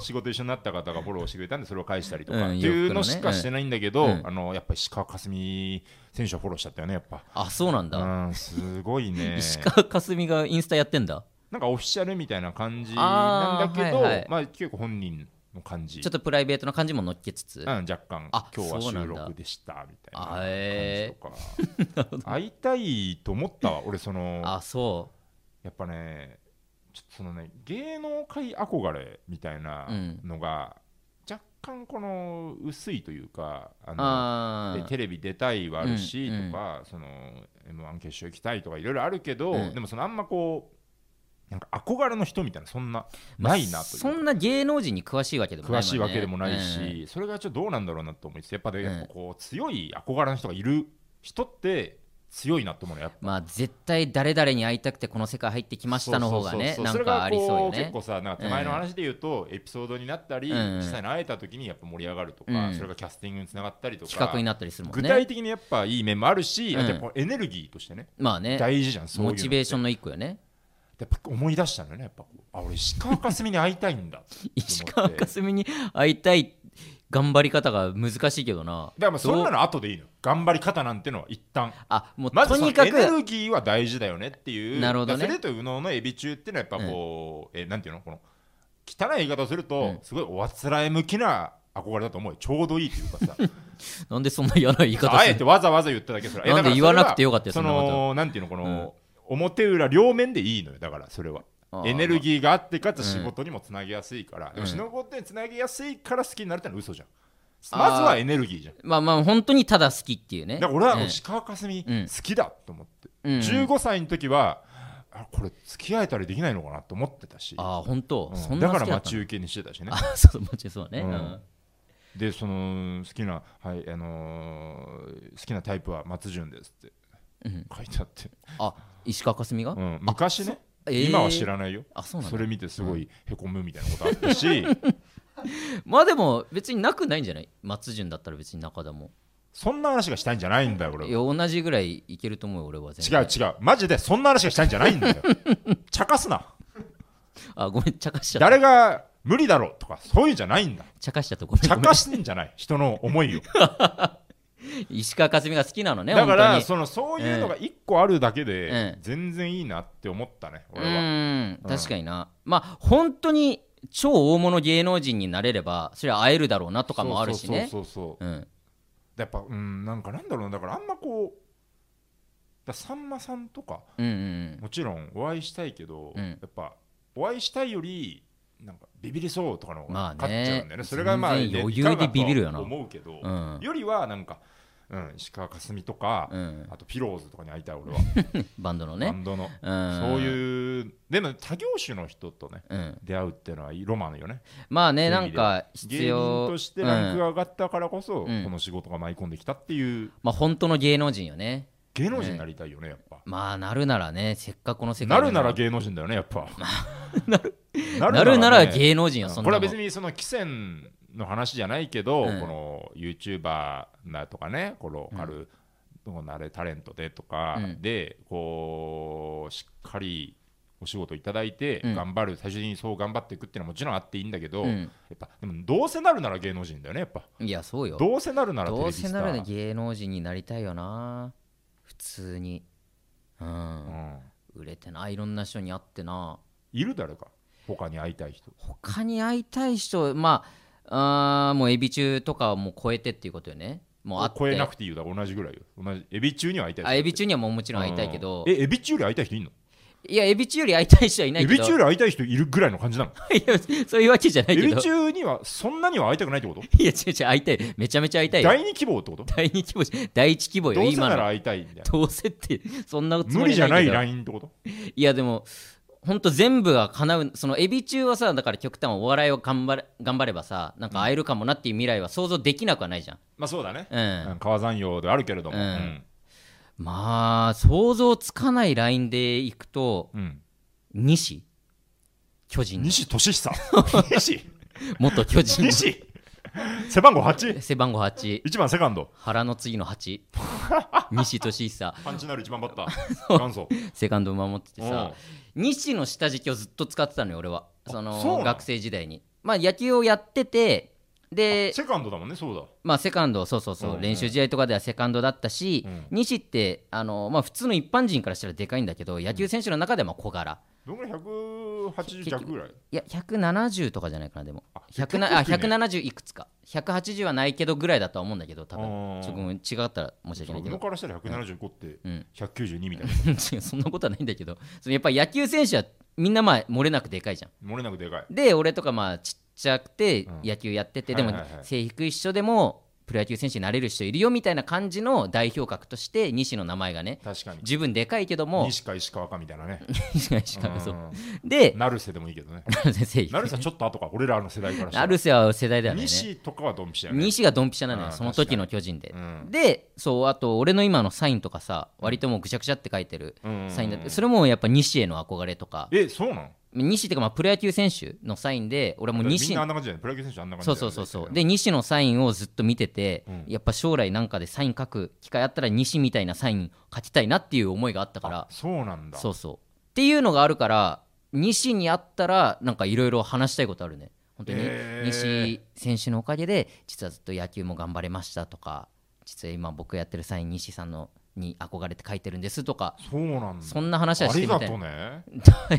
[SPEAKER 2] 仕事一緒になった方がフォローしてくれたんでそれを返したりとか
[SPEAKER 1] う
[SPEAKER 2] っ
[SPEAKER 1] ん
[SPEAKER 2] てい
[SPEAKER 1] 洋服
[SPEAKER 2] う
[SPEAKER 1] の
[SPEAKER 2] の
[SPEAKER 1] ね
[SPEAKER 2] しかしてないんだけど、
[SPEAKER 1] うん
[SPEAKER 2] あのやっぱり石川佳純選手をフォローしちゃったよねやっぱ
[SPEAKER 1] あそうなんだ
[SPEAKER 2] うんすごい ね
[SPEAKER 1] 石川佳純がインスタやってんだ
[SPEAKER 2] なんかオフィシャルみたいな感じなんだけど
[SPEAKER 1] あーはいはい
[SPEAKER 2] まあ結構本人の感じ
[SPEAKER 1] ちょっとプライベートな感じも乗っけつつ
[SPEAKER 2] うん、若干
[SPEAKER 1] あ
[SPEAKER 2] 今日は
[SPEAKER 1] そうなん
[SPEAKER 2] 収
[SPEAKER 1] だ
[SPEAKER 2] 録でしたみたいな
[SPEAKER 1] あへ
[SPEAKER 2] 感じ とか、会いたいと思ったわ俺その
[SPEAKER 1] あそ
[SPEAKER 2] やっぱねちょっとそのね芸能界憧れみたいな
[SPEAKER 1] うん
[SPEAKER 2] のが、若干この薄いというかあ
[SPEAKER 1] う
[SPEAKER 2] の
[SPEAKER 1] あ
[SPEAKER 2] で
[SPEAKER 1] ー
[SPEAKER 2] テレビ出たいはあるし、
[SPEAKER 1] うん
[SPEAKER 2] とか、その m 1決勝行きたいとかいろいろあるけど、
[SPEAKER 1] うん
[SPEAKER 2] でもそのあんまこうなんか憧れの人みたいなそんなないなというか
[SPEAKER 1] そんな芸能人に詳しいわけでもない
[SPEAKER 2] 詳しいわけでもない
[SPEAKER 1] うんうん
[SPEAKER 2] し、それがちょっとどうなんだろうなと思いつつ、やっぱで、
[SPEAKER 1] うん
[SPEAKER 2] やっぱこう強い憧れの人がいる人って強いなと思うのやっぱ。
[SPEAKER 1] まあ絶対誰々に会いたくてこの世界入ってきましたの方がね
[SPEAKER 2] そう
[SPEAKER 1] な
[SPEAKER 2] そ
[SPEAKER 1] ん
[SPEAKER 2] うそうそれ
[SPEAKER 1] かありそうよ
[SPEAKER 2] がこ
[SPEAKER 1] ね
[SPEAKER 2] 結構さ、なんか手前の話で言うと、エピソードになったり、
[SPEAKER 1] うんうん
[SPEAKER 2] 実際に会えた時にやっぱ盛り上がるとか、
[SPEAKER 1] うん
[SPEAKER 2] それがキャスティングにつながったりとか、
[SPEAKER 1] 企画になったりするもん
[SPEAKER 2] 具
[SPEAKER 1] ね
[SPEAKER 2] 体的にやっぱいい面もあるし、
[SPEAKER 1] うん
[SPEAKER 2] あとやっぱエネルギーとしてね、
[SPEAKER 1] まあね
[SPEAKER 2] 大事じゃん、そういう
[SPEAKER 1] モ
[SPEAKER 2] のって
[SPEAKER 1] チベーションの一個よね
[SPEAKER 2] やっぱ思い出したのよね、やっぱこう、あ、俺、石川佳純に会いたいんだって思って。
[SPEAKER 1] 石川佳純に会いたい頑張り方が難しいけどな
[SPEAKER 2] だからまあそんな
[SPEAKER 1] どう
[SPEAKER 2] の後でいいのよ頑張り方なんてのは一旦
[SPEAKER 1] あもう
[SPEAKER 2] まず
[SPEAKER 1] と
[SPEAKER 2] その
[SPEAKER 1] に
[SPEAKER 2] エ
[SPEAKER 1] か
[SPEAKER 2] ネ
[SPEAKER 1] く
[SPEAKER 2] ルギーは大事だよねっていう
[SPEAKER 1] なるほどね
[SPEAKER 2] だからそれと宇野のエビ中っていうのはやっぱこう、えなんていうのこの汚い言い方をすると、すごいおあつらえ向きな憧れだと思うよちょうどいいという かさ
[SPEAKER 1] なんでそんな嫌な言い方
[SPEAKER 2] あ
[SPEAKER 1] す
[SPEAKER 2] え
[SPEAKER 1] る
[SPEAKER 2] てわざわざ言っただけそれえ
[SPEAKER 1] なんで
[SPEAKER 2] だからそれ
[SPEAKER 1] 言わ
[SPEAKER 2] は
[SPEAKER 1] なくてよかったよ
[SPEAKER 2] そ
[SPEAKER 1] そんなこ
[SPEAKER 2] のなんていうのこの、表裏両面でいいのよだからそれは
[SPEAKER 1] あー
[SPEAKER 2] エネルギーがあってかつ仕事にもつなげやすいから、で
[SPEAKER 1] うん
[SPEAKER 2] も仕事につなげやすいから好きになるってのは嘘じゃん
[SPEAKER 1] あー
[SPEAKER 2] まずはエネルギーじゃん
[SPEAKER 1] まあまあ本当にただ好きっていうね
[SPEAKER 2] だから俺は
[SPEAKER 1] うん
[SPEAKER 2] 石川佳純
[SPEAKER 1] うん
[SPEAKER 2] 好きだと思って、
[SPEAKER 1] うんうん
[SPEAKER 2] 15歳の時はあこれ付き合えたりできないのかなと思ってたし、
[SPEAKER 1] ああ本当
[SPEAKER 2] うん
[SPEAKER 1] そんな
[SPEAKER 2] だ
[SPEAKER 1] 好
[SPEAKER 2] か
[SPEAKER 1] き
[SPEAKER 2] ら
[SPEAKER 1] だっ
[SPEAKER 2] 待
[SPEAKER 1] た
[SPEAKER 2] ち
[SPEAKER 1] の
[SPEAKER 2] 受けにしてたしね
[SPEAKER 1] あそう待ちそうね
[SPEAKER 2] うん
[SPEAKER 1] うん
[SPEAKER 2] でその好きな、はいあのー好きなタイプは松潤ですって
[SPEAKER 1] うん
[SPEAKER 2] 書いてあって、
[SPEAKER 1] あ石川佳純が
[SPEAKER 2] うん昔ね、
[SPEAKER 1] そえー
[SPEAKER 2] 今は知らないよ
[SPEAKER 1] あそうなん
[SPEAKER 2] そ
[SPEAKER 1] だ
[SPEAKER 2] れ見てすごいへこむみたいなことあったし、
[SPEAKER 1] まあでも別になくないんじゃない松潤だったら別に中田も
[SPEAKER 2] そんな話がしたいんじゃないんだよ俺
[SPEAKER 1] い
[SPEAKER 2] は
[SPEAKER 1] や同じぐらいいけると思うよ俺は全
[SPEAKER 2] 違う違うマジでそんな話がしたいんじゃないんだ よ茶化すな
[SPEAKER 1] あごめん茶化しちゃった
[SPEAKER 2] 誰が無理だろうとかそういうんじゃないんだ
[SPEAKER 1] 茶化しちゃったごめん
[SPEAKER 2] 茶
[SPEAKER 1] ごめん
[SPEAKER 2] 化してんじゃない人の思いを
[SPEAKER 1] 石川佳純が好きなのね
[SPEAKER 2] だか
[SPEAKER 1] 本当
[SPEAKER 2] ら
[SPEAKER 1] に
[SPEAKER 2] そのそういうのが一個あるだけで
[SPEAKER 1] うん
[SPEAKER 2] 全然いいなって思ったね
[SPEAKER 1] う
[SPEAKER 2] 俺は
[SPEAKER 1] ーん確かにな、まあ本当に超大物芸能人になれればそれは会えるだろうなとかもあるしね
[SPEAKER 2] そうそうそうそ
[SPEAKER 1] う
[SPEAKER 2] う
[SPEAKER 1] ん
[SPEAKER 2] やっぱうんなんかなんだろうなだからあんまこうだからさんまさんとか
[SPEAKER 1] うんうん
[SPEAKER 2] もちろんお会いしたいけど、
[SPEAKER 1] うん
[SPEAKER 2] やっぱお会いしたいよりなんかビビりそうとかの方
[SPEAKER 1] まあ
[SPEAKER 2] が
[SPEAKER 1] ね
[SPEAKER 2] 勝っちゃうんだよね,、それがまあ
[SPEAKER 1] 全然余裕で
[SPEAKER 2] いかがと
[SPEAKER 1] ビビるよな
[SPEAKER 2] 思うけど、
[SPEAKER 1] うん
[SPEAKER 2] よりはなんか、うん、石川佳純とか、
[SPEAKER 1] うんうん
[SPEAKER 2] あとピローズとかに会いたい俺は、
[SPEAKER 1] バンドの
[SPEAKER 2] バ
[SPEAKER 1] ね
[SPEAKER 2] ンドの、
[SPEAKER 1] うん
[SPEAKER 2] そういうでも他業種の人とね
[SPEAKER 1] うん、
[SPEAKER 2] 出会うっていうのはロマンよね
[SPEAKER 1] まあね
[SPEAKER 2] そう
[SPEAKER 1] な
[SPEAKER 2] いう意味
[SPEAKER 1] ん
[SPEAKER 2] で
[SPEAKER 1] か必
[SPEAKER 2] 芸
[SPEAKER 1] 要
[SPEAKER 2] 人としてランク
[SPEAKER 1] うん
[SPEAKER 2] が上がったからこ
[SPEAKER 1] う
[SPEAKER 2] そ、
[SPEAKER 1] ん
[SPEAKER 2] この仕事が舞い込んできたっていう
[SPEAKER 1] まあ本当の芸能人よね
[SPEAKER 2] 芸能人になりたいよねやっぱ、
[SPEAKER 1] まあなるならねせっかくこの世界
[SPEAKER 2] なるなら
[SPEAKER 1] 芸
[SPEAKER 2] 芸能人だよねやっぱな
[SPEAKER 1] なるなら
[SPEAKER 2] ね
[SPEAKER 1] 芸能人よ
[SPEAKER 2] うん
[SPEAKER 1] そん
[SPEAKER 2] こ
[SPEAKER 1] な
[SPEAKER 2] れ
[SPEAKER 1] の
[SPEAKER 2] は別にその汽船の話じゃないけど、
[SPEAKER 1] うん
[SPEAKER 2] この YouTuber だとかねこの
[SPEAKER 1] うん
[SPEAKER 2] ある、どうなれタレントでとか
[SPEAKER 1] うん
[SPEAKER 2] で、こうしっかりお仕事いただいて
[SPEAKER 1] うん
[SPEAKER 2] 頑張る、最終的にそう頑張っていくっていうのはもちろんあっていいんだけど、
[SPEAKER 1] う
[SPEAKER 2] や
[SPEAKER 1] ん
[SPEAKER 2] っぱでもどうせなるなら芸能人だよねやっぱ
[SPEAKER 1] いやそうよ
[SPEAKER 2] どうせなるならテレ
[SPEAKER 1] ど
[SPEAKER 2] ビ
[SPEAKER 1] う
[SPEAKER 2] スタ
[SPEAKER 1] せ
[SPEAKER 2] ー
[SPEAKER 1] なら芸能人になりたいよな普通にう
[SPEAKER 2] うんん、
[SPEAKER 1] 売れてないろんな人に会ってない
[SPEAKER 2] る誰か他に会いたい人
[SPEAKER 1] 他に会いたい人まああーもうエビ中とかはもう超えてっていうことよねもう会って
[SPEAKER 2] 超えなくていいよだから同じぐらいよ同じエビ中には会いたい人
[SPEAKER 1] あエビ中にはもうもちろん会いたいけど
[SPEAKER 2] うんえエビ中より会いたい人いんの
[SPEAKER 1] いやエビ中より会いたい人はいない
[SPEAKER 2] エ
[SPEAKER 1] け
[SPEAKER 2] ビ
[SPEAKER 1] ど
[SPEAKER 2] 中より会いたい人いるぐらいの感じ なの
[SPEAKER 1] いやそういうわけじゃない
[SPEAKER 2] エ
[SPEAKER 1] け
[SPEAKER 2] ビ
[SPEAKER 1] ど
[SPEAKER 2] 中にはそんなには会いたくないってこ と
[SPEAKER 1] いや違う違う会いたいめちゃめちゃ会いたいよ
[SPEAKER 2] 第二希望ってこと
[SPEAKER 1] 第二規模じゃ第一規模よ
[SPEAKER 2] どうせ
[SPEAKER 1] 今
[SPEAKER 2] なら
[SPEAKER 1] の
[SPEAKER 2] 会いたいみたいな
[SPEAKER 1] どうせってそんなつも
[SPEAKER 2] 無理
[SPEAKER 1] り
[SPEAKER 2] じゃない
[SPEAKER 1] けど
[SPEAKER 2] LINE ってこと
[SPEAKER 1] いやでもほんと全部が叶うそのエビ中はさだから極端お笑いを頑張れ頑張ればさなんか会えるかもなっていう未来は想像できなくはないじゃん
[SPEAKER 2] まあそうだね
[SPEAKER 1] うん、
[SPEAKER 2] うん川山陽であるけれども
[SPEAKER 1] う
[SPEAKER 2] うんん
[SPEAKER 1] まあ想像つかないラインでいくと
[SPEAKER 2] うん
[SPEAKER 1] 西巨人の
[SPEAKER 2] 西俊久西
[SPEAKER 1] 元巨人の
[SPEAKER 2] 西 背番号81
[SPEAKER 1] 背番号8
[SPEAKER 2] 番セカンド
[SPEAKER 1] 腹の次の8西俊久
[SPEAKER 2] パンチなる一番バッター元 祖
[SPEAKER 1] セカンドを守ってて
[SPEAKER 2] うん
[SPEAKER 1] さ西の下敷きをずっと使ってたのよ俺はその
[SPEAKER 2] そうなの
[SPEAKER 1] 学生時代にまあ野球をやっててで
[SPEAKER 2] セカンドだもんねそうだ
[SPEAKER 1] まあセカンドそうそうそう、
[SPEAKER 2] うんうん
[SPEAKER 1] 練習試合とかではセカンドだったし、
[SPEAKER 2] うん
[SPEAKER 1] 西ってあの、まあ、普通の一般人からしたらでかいんだけど野球選手の中ではまあ小柄
[SPEAKER 2] どんぐらい180弱ぐらい
[SPEAKER 1] いや170とかじゃないかなでも
[SPEAKER 2] あ
[SPEAKER 1] 100なあ
[SPEAKER 2] 結構低いね
[SPEAKER 1] 170いくつか180はないけどぐらいだとは思うんだけど多
[SPEAKER 2] あ
[SPEAKER 1] 分
[SPEAKER 2] ー
[SPEAKER 1] ちょっとごめん違ったら申し訳
[SPEAKER 2] そ
[SPEAKER 1] な
[SPEAKER 2] う
[SPEAKER 1] いけど
[SPEAKER 2] 宇野からしたら175って
[SPEAKER 1] うん
[SPEAKER 2] 192みたい
[SPEAKER 1] 違うそんなことはないんだけどそのやっぱ野球選手はみんなまあ漏れなくでかいじゃん
[SPEAKER 2] な漏れなくでかい
[SPEAKER 1] で俺とかまあちっちゃくて
[SPEAKER 2] うん
[SPEAKER 1] 野球やってて、
[SPEAKER 2] はい
[SPEAKER 1] で
[SPEAKER 2] はい
[SPEAKER 1] も
[SPEAKER 2] はい
[SPEAKER 1] 背低い人でもプロ野球選手になれる人いるよみたいな感じの代表格として西の名前がね
[SPEAKER 2] 確かに
[SPEAKER 1] 十分でかいけども
[SPEAKER 2] 西か石川かみたいな ね
[SPEAKER 1] 西が石川 そう
[SPEAKER 2] う
[SPEAKER 1] で
[SPEAKER 2] ん成瀬でもいいけどね
[SPEAKER 1] 背低い
[SPEAKER 2] 成瀬はちょっと後か俺らの世代からしたら
[SPEAKER 1] 成瀬は世代だよね
[SPEAKER 2] 西とかはドンピシャやね
[SPEAKER 1] 西がドンピシャなのよ
[SPEAKER 2] うん
[SPEAKER 1] その時の巨人で
[SPEAKER 2] う、ん
[SPEAKER 1] でそうあと俺の今のサインとかさ割ともうぐちゃぐちゃって書いてる
[SPEAKER 2] うん
[SPEAKER 1] サインだってそれもやっぱ西への憧れとか
[SPEAKER 2] えそうなの
[SPEAKER 1] 西っていうかまあプロ野球選手のサインで俺はもう
[SPEAKER 2] み
[SPEAKER 1] 西
[SPEAKER 2] んなあんな感じだよねプロ野球選手あんな感じ
[SPEAKER 1] そう
[SPEAKER 2] だよ
[SPEAKER 1] そう
[SPEAKER 2] ね
[SPEAKER 1] そうそうで西のサインをずっと見てて、
[SPEAKER 2] うん
[SPEAKER 1] やっぱ将来なんかでサイン書く機会あったら西みたいなサイン書きたいなっていう思いがあったから
[SPEAKER 2] あそうなんだ
[SPEAKER 1] そうそうっていうのがあるから西に会ったらなんかいろいろ話したいことあるね本当に、
[SPEAKER 2] へー
[SPEAKER 1] 西選手のおかげで実はずっと野球も頑張れましたとか実は今僕やってるサイン西さんのに憧れて書いてるんですとか
[SPEAKER 2] そうなんだ
[SPEAKER 1] そんな話は
[SPEAKER 2] あ
[SPEAKER 1] して
[SPEAKER 2] り
[SPEAKER 1] みた
[SPEAKER 2] が
[SPEAKER 1] い
[SPEAKER 2] とうね